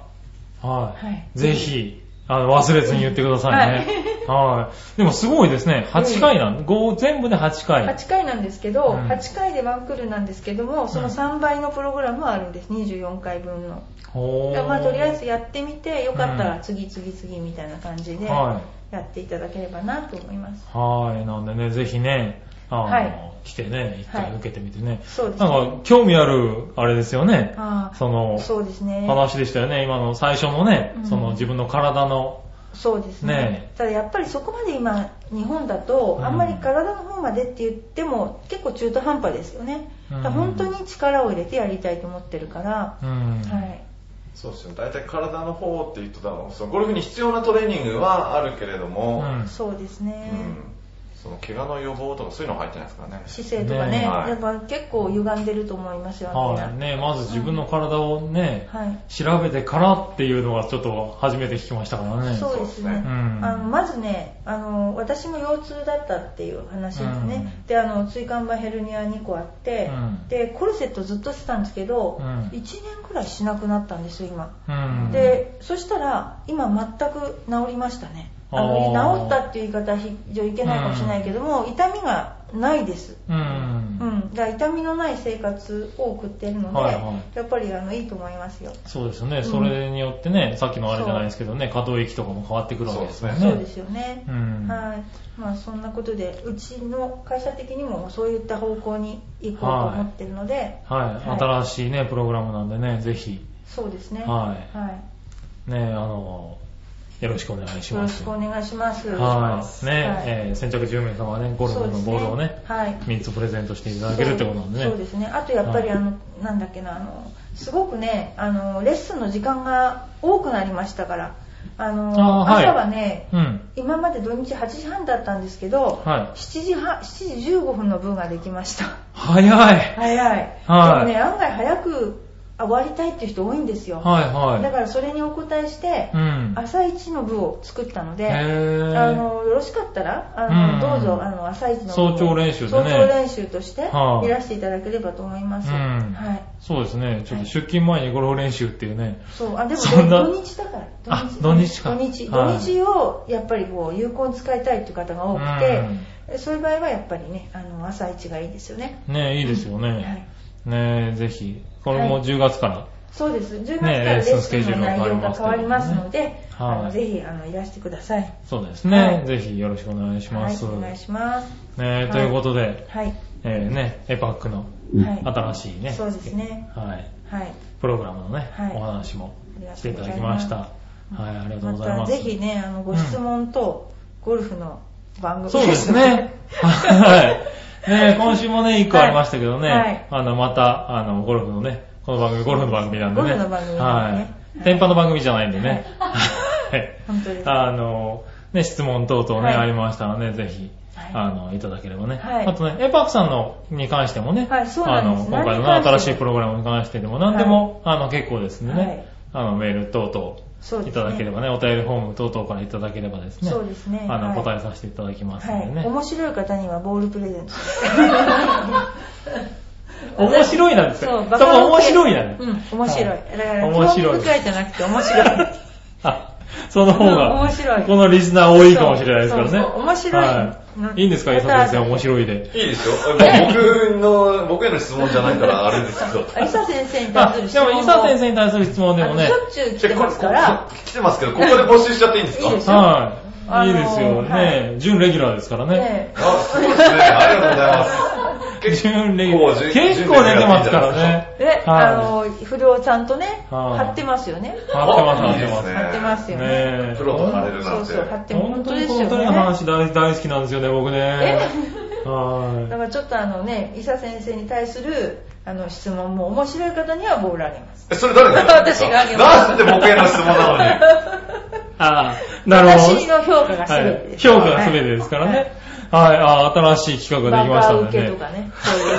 Speaker 2: らはい、
Speaker 1: はい
Speaker 2: ぜひ、あの、忘れずに言ってくださいね。はい。でもすごいですね。8回なん、5、全部で8回。
Speaker 1: 8回なんですけど、
Speaker 2: うん
Speaker 1: 8回でワンクールなんですけどもその3倍のプログラムはあるんです24回分の、
Speaker 2: ほー
Speaker 1: まあとりあえずやってみてよかった
Speaker 2: う
Speaker 1: ら
Speaker 2: ん
Speaker 1: 次次次みたいな感じでや
Speaker 2: は
Speaker 1: っていただければなと思います、
Speaker 2: い。はい。なんでね、ぜひね、あの、
Speaker 1: はい
Speaker 2: 来てね、一
Speaker 1: は
Speaker 2: 回
Speaker 1: い
Speaker 2: 受けてみてね。
Speaker 1: そうです
Speaker 2: な
Speaker 1: ね
Speaker 2: んか、興味ある、あれですよね。
Speaker 1: ああ
Speaker 2: その、
Speaker 1: そうですね
Speaker 2: 話でしたよね。今の最初のね、
Speaker 1: うん
Speaker 2: その自分の体の、
Speaker 1: そうですね
Speaker 2: ね
Speaker 1: ただやっぱりそこまで今日本だと
Speaker 2: うん
Speaker 1: あんまり体の方までって言っても結構中途半端ですよね、
Speaker 2: うん
Speaker 1: だから本当に力を入れてやりたいと思ってるから、
Speaker 2: うん。
Speaker 1: はい
Speaker 3: そうですよね。大体体の方って言ってたの。そのゴルフに必要なトレーニングはあるけれども、
Speaker 2: うん
Speaker 1: そうですね、
Speaker 3: うんその怪我の予防とかそういうの入ってないですからね。
Speaker 1: 姿勢とかね
Speaker 2: ね
Speaker 3: はい
Speaker 1: やっぱ結構歪んでると思いますよ、みんな
Speaker 2: はい。ね、まず自分の体をね、
Speaker 1: はい
Speaker 2: 調べてからっていうのはちょっと初めて聞きましたからね。
Speaker 1: そうですね。
Speaker 3: そうですね
Speaker 2: うん
Speaker 1: あのまずねあの、私も腰痛だったっていう話ですね。
Speaker 2: うん
Speaker 1: であの、椎間板ヘルニア2個あって、
Speaker 2: うん
Speaker 1: で、コルセットずっとしてたんですけど、
Speaker 2: うん
Speaker 1: 1年くらいしなくなったんですよ、今。
Speaker 2: うん。
Speaker 1: で、そしたら、今全く治りましたね。あ
Speaker 2: あ
Speaker 1: の
Speaker 2: ー
Speaker 1: 治ったっていう言い方は非常にいけないかもしれないけども、痛みがないです。
Speaker 2: うん。
Speaker 1: うん、だから痛みのない生活を送っているので、
Speaker 2: はいはい
Speaker 1: やっぱりあのいいと思いますよ。
Speaker 2: そうですよね。それによってね、さっきのあれじゃないですけどね、可動域とかも変わってくるわけですよね。
Speaker 1: そうですよね。
Speaker 2: うん
Speaker 1: はい。まあそんなことで、うちの会社的にもそういった方向に行こうと思ってるので、
Speaker 2: はい。
Speaker 1: はい
Speaker 2: 新しいね、プログラムなんでね、ぜひ、
Speaker 1: そうですね。
Speaker 2: はい
Speaker 1: は
Speaker 2: ね、あの、よろしくお願い
Speaker 1: い
Speaker 2: し
Speaker 1: よろ
Speaker 2: ま
Speaker 1: し
Speaker 2: す。
Speaker 1: くお願いします。
Speaker 2: はい。ね、
Speaker 1: はい
Speaker 2: えー先着10名様はね、ゴルフのボール
Speaker 1: そ
Speaker 2: をね、
Speaker 1: うですねはい
Speaker 2: 3つプレゼントしていただけるってことなんでね。
Speaker 1: そうですね。あとやっぱり
Speaker 2: はい
Speaker 1: あの、なんだっけな、あの、すごくね、あの、レッスンの時間が多くなりましたから、あの、
Speaker 2: あーはい
Speaker 1: 朝はね、
Speaker 2: うん。
Speaker 1: 今まで土日8時半だったんですけど、
Speaker 2: はい
Speaker 1: 7時半、7時15分の分ができました。
Speaker 2: 早い
Speaker 1: 早い。
Speaker 2: はい
Speaker 1: でもね、案外早く終わりたいっていう人多いんですよ。
Speaker 2: はいはい。
Speaker 1: だからそれにお答えして、
Speaker 2: うん。
Speaker 1: 朝一の部を作ったので、
Speaker 2: へー
Speaker 1: あのよろしかったらあの、
Speaker 2: うん
Speaker 1: どうぞあの朝一の部を
Speaker 2: 早朝練習でね
Speaker 1: 早朝練習として
Speaker 2: はい
Speaker 1: いらしていただければと思います。
Speaker 2: うん
Speaker 1: はい。
Speaker 2: そうですね。ちょっと出勤前にゴルフ練習っていうね。
Speaker 1: そう、あ、でも
Speaker 2: そんな
Speaker 1: 土日だから。
Speaker 2: あ土日か
Speaker 1: 土日。
Speaker 2: はい
Speaker 1: 土日をやっぱりこう有効に使いたいという方が多くて、そういう場合はやっぱりね、あの朝一がいいですよね。
Speaker 2: ねいいですよね。ねぜひ。これ
Speaker 1: は
Speaker 2: も
Speaker 1: い
Speaker 2: 10月から。
Speaker 1: そうです。10月か
Speaker 2: ね
Speaker 1: らレッ
Speaker 2: レッスンス
Speaker 1: ス
Speaker 2: ケ
Speaker 1: ン
Speaker 2: ジュー
Speaker 1: の
Speaker 2: ル
Speaker 1: 内
Speaker 2: が
Speaker 1: 容
Speaker 2: 変
Speaker 1: が
Speaker 2: わりますけど
Speaker 1: 変わります
Speaker 2: ね
Speaker 1: ので、あ
Speaker 2: は
Speaker 1: の
Speaker 2: い
Speaker 1: ぜひあのいらしてください。
Speaker 2: そうですね
Speaker 1: は。い
Speaker 2: ぜひよろしくお願いします。
Speaker 1: はい、お願いします。
Speaker 2: ねということで、
Speaker 1: はい。
Speaker 2: えーね、エパックの
Speaker 1: はい。
Speaker 2: 新しいね。
Speaker 1: そうですね。
Speaker 2: はい。
Speaker 1: はい。
Speaker 2: プログラムのね
Speaker 1: はい、
Speaker 2: お話も
Speaker 1: ありが
Speaker 2: して
Speaker 1: とう
Speaker 2: い
Speaker 1: ござ
Speaker 2: ただ
Speaker 1: い
Speaker 2: きま
Speaker 1: ま
Speaker 2: し
Speaker 1: す。
Speaker 2: た。はい、ありがと
Speaker 1: ま
Speaker 2: うございま
Speaker 1: た
Speaker 2: す。
Speaker 1: ぜひね、あのご質問とゴルフの番組
Speaker 2: そうです ね。はい。ね今週もね、一個ありましたけどね、
Speaker 1: はいはい
Speaker 2: あの、また、あの、ゴルフのね、この番組、ゴルフの番組なんで
Speaker 1: ゴ
Speaker 2: ね。
Speaker 1: ルフの番組なんでね
Speaker 2: はい。天パの番組じゃないんでね。はい。
Speaker 1: 本当です
Speaker 2: あの、ね、質問等々ね、
Speaker 1: はい
Speaker 2: ありましたらね、ぜひ。
Speaker 1: はい
Speaker 2: あの、いただければね。
Speaker 1: はい
Speaker 2: あとね、エパックさんのに関してもね、
Speaker 1: はいそう
Speaker 2: あ
Speaker 1: なん
Speaker 2: の
Speaker 1: です、
Speaker 2: 今回の
Speaker 1: 何に関しても
Speaker 2: 新しいプログラムに関してでも何でも、あの、結構ですんでね、
Speaker 1: はい
Speaker 2: あの、メール等
Speaker 1: そう
Speaker 2: 々
Speaker 1: で
Speaker 2: い
Speaker 1: すね
Speaker 2: ただければね、お便りフォーム等々からいただければですね、
Speaker 1: そうですね
Speaker 2: あの、
Speaker 1: はい
Speaker 2: 答えさせていただきます
Speaker 1: は
Speaker 2: のでね。
Speaker 1: い。面白い方にはボールプレゼ ント。
Speaker 2: 面白いなんですよ。
Speaker 1: バカ
Speaker 2: そこ面
Speaker 1: 受け
Speaker 2: 白いなの
Speaker 1: うん、面白い。だから、
Speaker 2: 面
Speaker 1: 興
Speaker 2: 白
Speaker 1: 味
Speaker 2: い。
Speaker 1: 深いじゃなくて面 白い。
Speaker 2: あ、その方が、
Speaker 1: うん面白い
Speaker 2: このリスナー多いかもしれないですからね。
Speaker 1: そうそう面白い
Speaker 2: は
Speaker 1: うん
Speaker 2: い。いいんですか、
Speaker 1: ま
Speaker 2: 伊
Speaker 1: た
Speaker 2: 佐先生、面白いで。
Speaker 3: いいですよ。僕の、僕への質問じゃないからあれですけど。
Speaker 1: あ、伊佐先生に対
Speaker 2: あ、
Speaker 1: す
Speaker 2: で
Speaker 1: る
Speaker 2: も伊
Speaker 1: 質問も
Speaker 2: 佐先生に対する質問でもね
Speaker 1: あのし、ょっちゅう来
Speaker 3: じゃ
Speaker 1: て
Speaker 3: あこ
Speaker 1: ま
Speaker 3: れ
Speaker 1: すから
Speaker 3: こ、こ来てますけど、ここで募集しちゃっていいんですか
Speaker 1: いいですよあ
Speaker 2: はい。い
Speaker 1: の
Speaker 2: いですよ
Speaker 1: は
Speaker 2: ね。準レギュラーですからね。
Speaker 1: ね
Speaker 3: あ、そうですね。ありがとうござい ます。
Speaker 2: 準レギュ
Speaker 3: こ
Speaker 2: ラ
Speaker 3: う準
Speaker 2: ー。結構出てますからね。
Speaker 1: え、
Speaker 2: はい
Speaker 1: あの、不良ちゃんとね、
Speaker 2: はい
Speaker 1: 貼ってますよね。
Speaker 2: 張ってます、張ってます。
Speaker 3: ね
Speaker 1: 貼ってますよね。
Speaker 2: ねえ
Speaker 3: プロとなれる
Speaker 1: そ
Speaker 3: な
Speaker 1: うん
Speaker 3: て
Speaker 1: そう、。貼ってます。
Speaker 2: 本
Speaker 1: 本当
Speaker 2: 当
Speaker 1: で
Speaker 2: に
Speaker 1: す
Speaker 2: この
Speaker 1: よ
Speaker 2: 二人の
Speaker 1: ね。
Speaker 2: 話大大好きなんですよね、僕ね。
Speaker 1: だか
Speaker 2: は
Speaker 1: らちょっとあのね、伊佐先生に対する、あの、質問も面白い方にはボールあげます。
Speaker 3: え、それ誰がやるんですか
Speaker 1: 私があげます
Speaker 3: なんで僕への質問なのに。
Speaker 2: い。ああ、なるほど。
Speaker 1: 私の評価が全て
Speaker 2: はい
Speaker 1: です。
Speaker 2: 評価が全てですからね。はい、あー新しい企画
Speaker 1: バ
Speaker 2: ができ
Speaker 1: カ
Speaker 2: ました
Speaker 1: 受
Speaker 2: の
Speaker 1: け
Speaker 2: でね
Speaker 1: と。かね、そういう、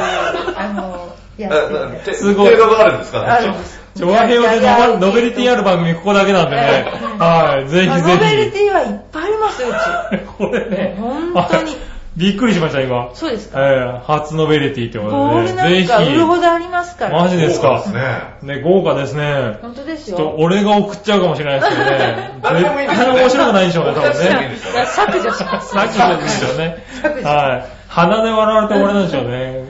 Speaker 1: あの、
Speaker 3: え
Speaker 1: やって
Speaker 3: な
Speaker 1: み
Speaker 3: て
Speaker 1: て。
Speaker 2: すごい
Speaker 3: 程度があるんですかね。
Speaker 1: あるんです。
Speaker 2: ちょ、和平でノベノベリティある番組ここだけなんでね
Speaker 1: うん。
Speaker 2: はい、ぜ
Speaker 1: まあノベ
Speaker 2: ひ
Speaker 1: ル
Speaker 2: ぜ
Speaker 1: ティはいっぱいありますよ、うち。
Speaker 2: ひ。 これね。
Speaker 1: 本当に
Speaker 2: はい。びっくりしました、今。
Speaker 1: そうですか。
Speaker 2: えー、初ノベリティってこと
Speaker 1: ボー
Speaker 2: で
Speaker 1: ル
Speaker 2: ね。ぜ
Speaker 1: なん
Speaker 2: ひ。
Speaker 1: か売るほどありますから。
Speaker 2: マジですか
Speaker 3: そうですね。
Speaker 2: ね、豪華ですね。
Speaker 1: 本当です
Speaker 2: ちょっと
Speaker 1: よ。
Speaker 2: 俺が送っちゃうかもしれないですけど ね。
Speaker 3: 誰でもいいで
Speaker 2: 絶
Speaker 3: すよ
Speaker 2: 対
Speaker 3: ね
Speaker 2: 面白くないでしょうね、多分
Speaker 3: 誰で もいいで
Speaker 2: ね。
Speaker 3: すよね
Speaker 1: 削除します。
Speaker 2: なくちゃですよね
Speaker 1: 削。除
Speaker 2: はい。鼻で笑われて終わりなんでしょうね。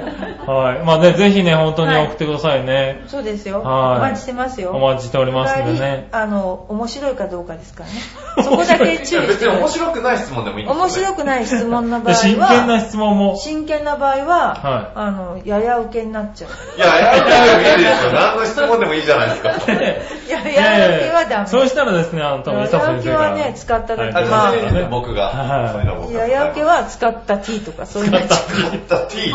Speaker 2: はい。まあね、ぜひね、本当に送ってくださいね。
Speaker 1: そうですよ。
Speaker 2: はい
Speaker 1: お待ちしてますよ。
Speaker 2: お待ちしておりますんでね。
Speaker 1: あの、面白いかどうかですからね。そこだけ
Speaker 3: い
Speaker 1: 注
Speaker 3: や
Speaker 1: 意し
Speaker 3: 別
Speaker 1: てく
Speaker 3: に面
Speaker 1: ださい。
Speaker 3: 白くない質問でもいいんですよ、ね。
Speaker 1: 面白くない質問の場合は、
Speaker 2: で真剣な質問も。
Speaker 1: 真剣な場合は、
Speaker 2: はい
Speaker 1: あの、やや受けになっちゃう。
Speaker 3: いや、いやいやいやいいですよ。何の質問でもいいじゃないですか。
Speaker 1: いや、やる気はダメ。
Speaker 2: そうしたらですね、あの、多分、伊佐先生が。
Speaker 1: やる気はね使っただけ
Speaker 2: は
Speaker 3: あ、
Speaker 2: い
Speaker 3: じ
Speaker 1: ま
Speaker 3: ゃ
Speaker 1: あ
Speaker 3: あ、先生ね僕
Speaker 2: はい
Speaker 3: が。そういうのは僕
Speaker 1: い
Speaker 3: が
Speaker 1: ややけは使った T とかそういうの
Speaker 3: 使った T。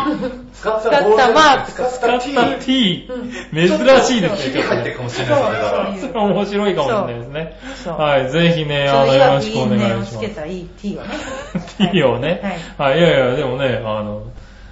Speaker 3: 使っ
Speaker 1: 使った
Speaker 3: たゴールデン
Speaker 1: マーク
Speaker 3: 使っ
Speaker 2: 使
Speaker 3: た
Speaker 2: った
Speaker 3: T。
Speaker 2: T
Speaker 1: う、
Speaker 2: 珍しいです
Speaker 3: ヒ
Speaker 2: ね。
Speaker 3: ビ入ってるかもしれないですね、だから。
Speaker 2: それ面白いかもしれないですね。
Speaker 1: そう
Speaker 2: はい、ぜひね、
Speaker 1: そ
Speaker 2: あの、
Speaker 1: うい
Speaker 2: よ
Speaker 1: わ
Speaker 2: ろ
Speaker 1: く
Speaker 2: し
Speaker 1: い
Speaker 2: くお
Speaker 1: いね
Speaker 2: 願
Speaker 1: を
Speaker 2: いし
Speaker 1: つ
Speaker 2: ま
Speaker 1: け
Speaker 2: す。
Speaker 1: たいい T をね。
Speaker 2: T をね、はい、いやいや、でもね、あの、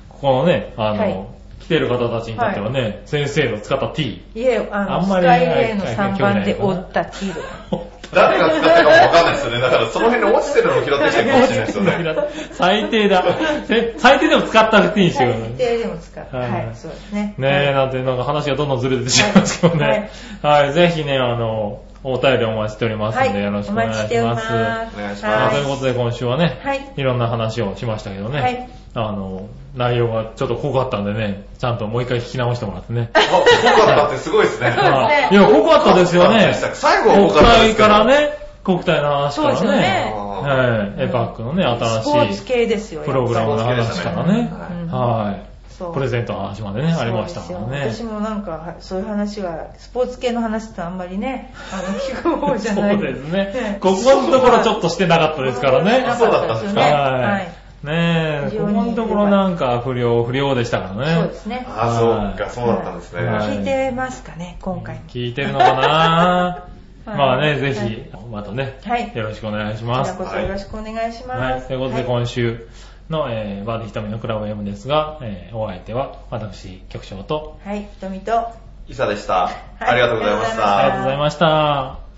Speaker 2: ここのね、あの、
Speaker 1: はい
Speaker 2: 来てる方たちにとってはね、先生の使った T。
Speaker 1: いえ、あ
Speaker 2: あ
Speaker 1: の、
Speaker 2: ん
Speaker 1: ス
Speaker 2: まり
Speaker 1: カイレーの
Speaker 2: はい
Speaker 1: 3番で折った T とか。
Speaker 3: 誰が使ったかもわかんないですよね。だからその辺に落ちてるのを拾ってきてるかもしれないですよね。
Speaker 2: 最低だ。せ最低でも使った T にしてください。
Speaker 1: 最低でも使った。
Speaker 2: はい
Speaker 1: はい、そうですね。
Speaker 2: ねえ、なんて、なんか話がどんどんずれてしまいますけどね。はい、ぜひね、あの、お便りお待ちしております
Speaker 1: は
Speaker 2: ので、
Speaker 1: い、
Speaker 2: よろしくお願いします。
Speaker 1: お待ちしております。
Speaker 3: お願いします
Speaker 2: まあ
Speaker 1: は
Speaker 2: ということで今週はね、
Speaker 1: はい
Speaker 2: いろんな話をしましたけどね、
Speaker 1: はい
Speaker 2: あの、内容がちょっと濃かったんでね、ちゃんともう一回聞き直してもらってね。
Speaker 3: あ、濃かったってすごいですね。
Speaker 1: そうですね
Speaker 2: あいや、濃かったですよね。
Speaker 3: 最後は
Speaker 2: 国
Speaker 3: 濃かったで
Speaker 2: 体
Speaker 3: すけ
Speaker 2: か
Speaker 3: ど
Speaker 2: ら。ね、国体の話から
Speaker 1: そうですよね
Speaker 2: ね、
Speaker 3: あ
Speaker 2: はい、エパックのね、
Speaker 1: スポー
Speaker 2: 新し
Speaker 1: ツ
Speaker 2: い
Speaker 1: 系ですよ。
Speaker 2: プログラムの話からね、
Speaker 3: はい
Speaker 1: うん
Speaker 2: はい、
Speaker 1: そう
Speaker 2: プレゼントの話までね、ありましたから
Speaker 1: そう
Speaker 2: ね。
Speaker 1: ですよ私もなんかはそういう話はスポーツ系の話ってあんまりねあの聞く方じゃない
Speaker 2: そうですね。
Speaker 1: こ
Speaker 2: ここのところちょっとしてなかったですから ね。
Speaker 3: あそうだったんですか
Speaker 2: はい。ね
Speaker 1: 非
Speaker 2: え、
Speaker 1: 常
Speaker 2: こ
Speaker 1: に
Speaker 2: このところなんか不良、不良でしたからね。
Speaker 1: そうですね
Speaker 3: あ、そうか、そうだったんですね。
Speaker 2: はい
Speaker 1: 聞いてますかね今回も
Speaker 2: 聞いてるのかな
Speaker 1: はい
Speaker 2: まあね、ぜひ、またね、
Speaker 1: はい
Speaker 2: よろしくお願いし
Speaker 1: こ
Speaker 2: ま
Speaker 1: ち
Speaker 2: す
Speaker 1: ら。こそよろしくお願いします、
Speaker 2: はい、ということで
Speaker 1: は
Speaker 2: 今週の、えーバーディー瞳のクラブ M ですが、えーお相手は私、局長と、
Speaker 1: はい、ひとみと
Speaker 3: イサでした。ありがとうございまし
Speaker 1: あ
Speaker 3: た
Speaker 2: ありがとうございました。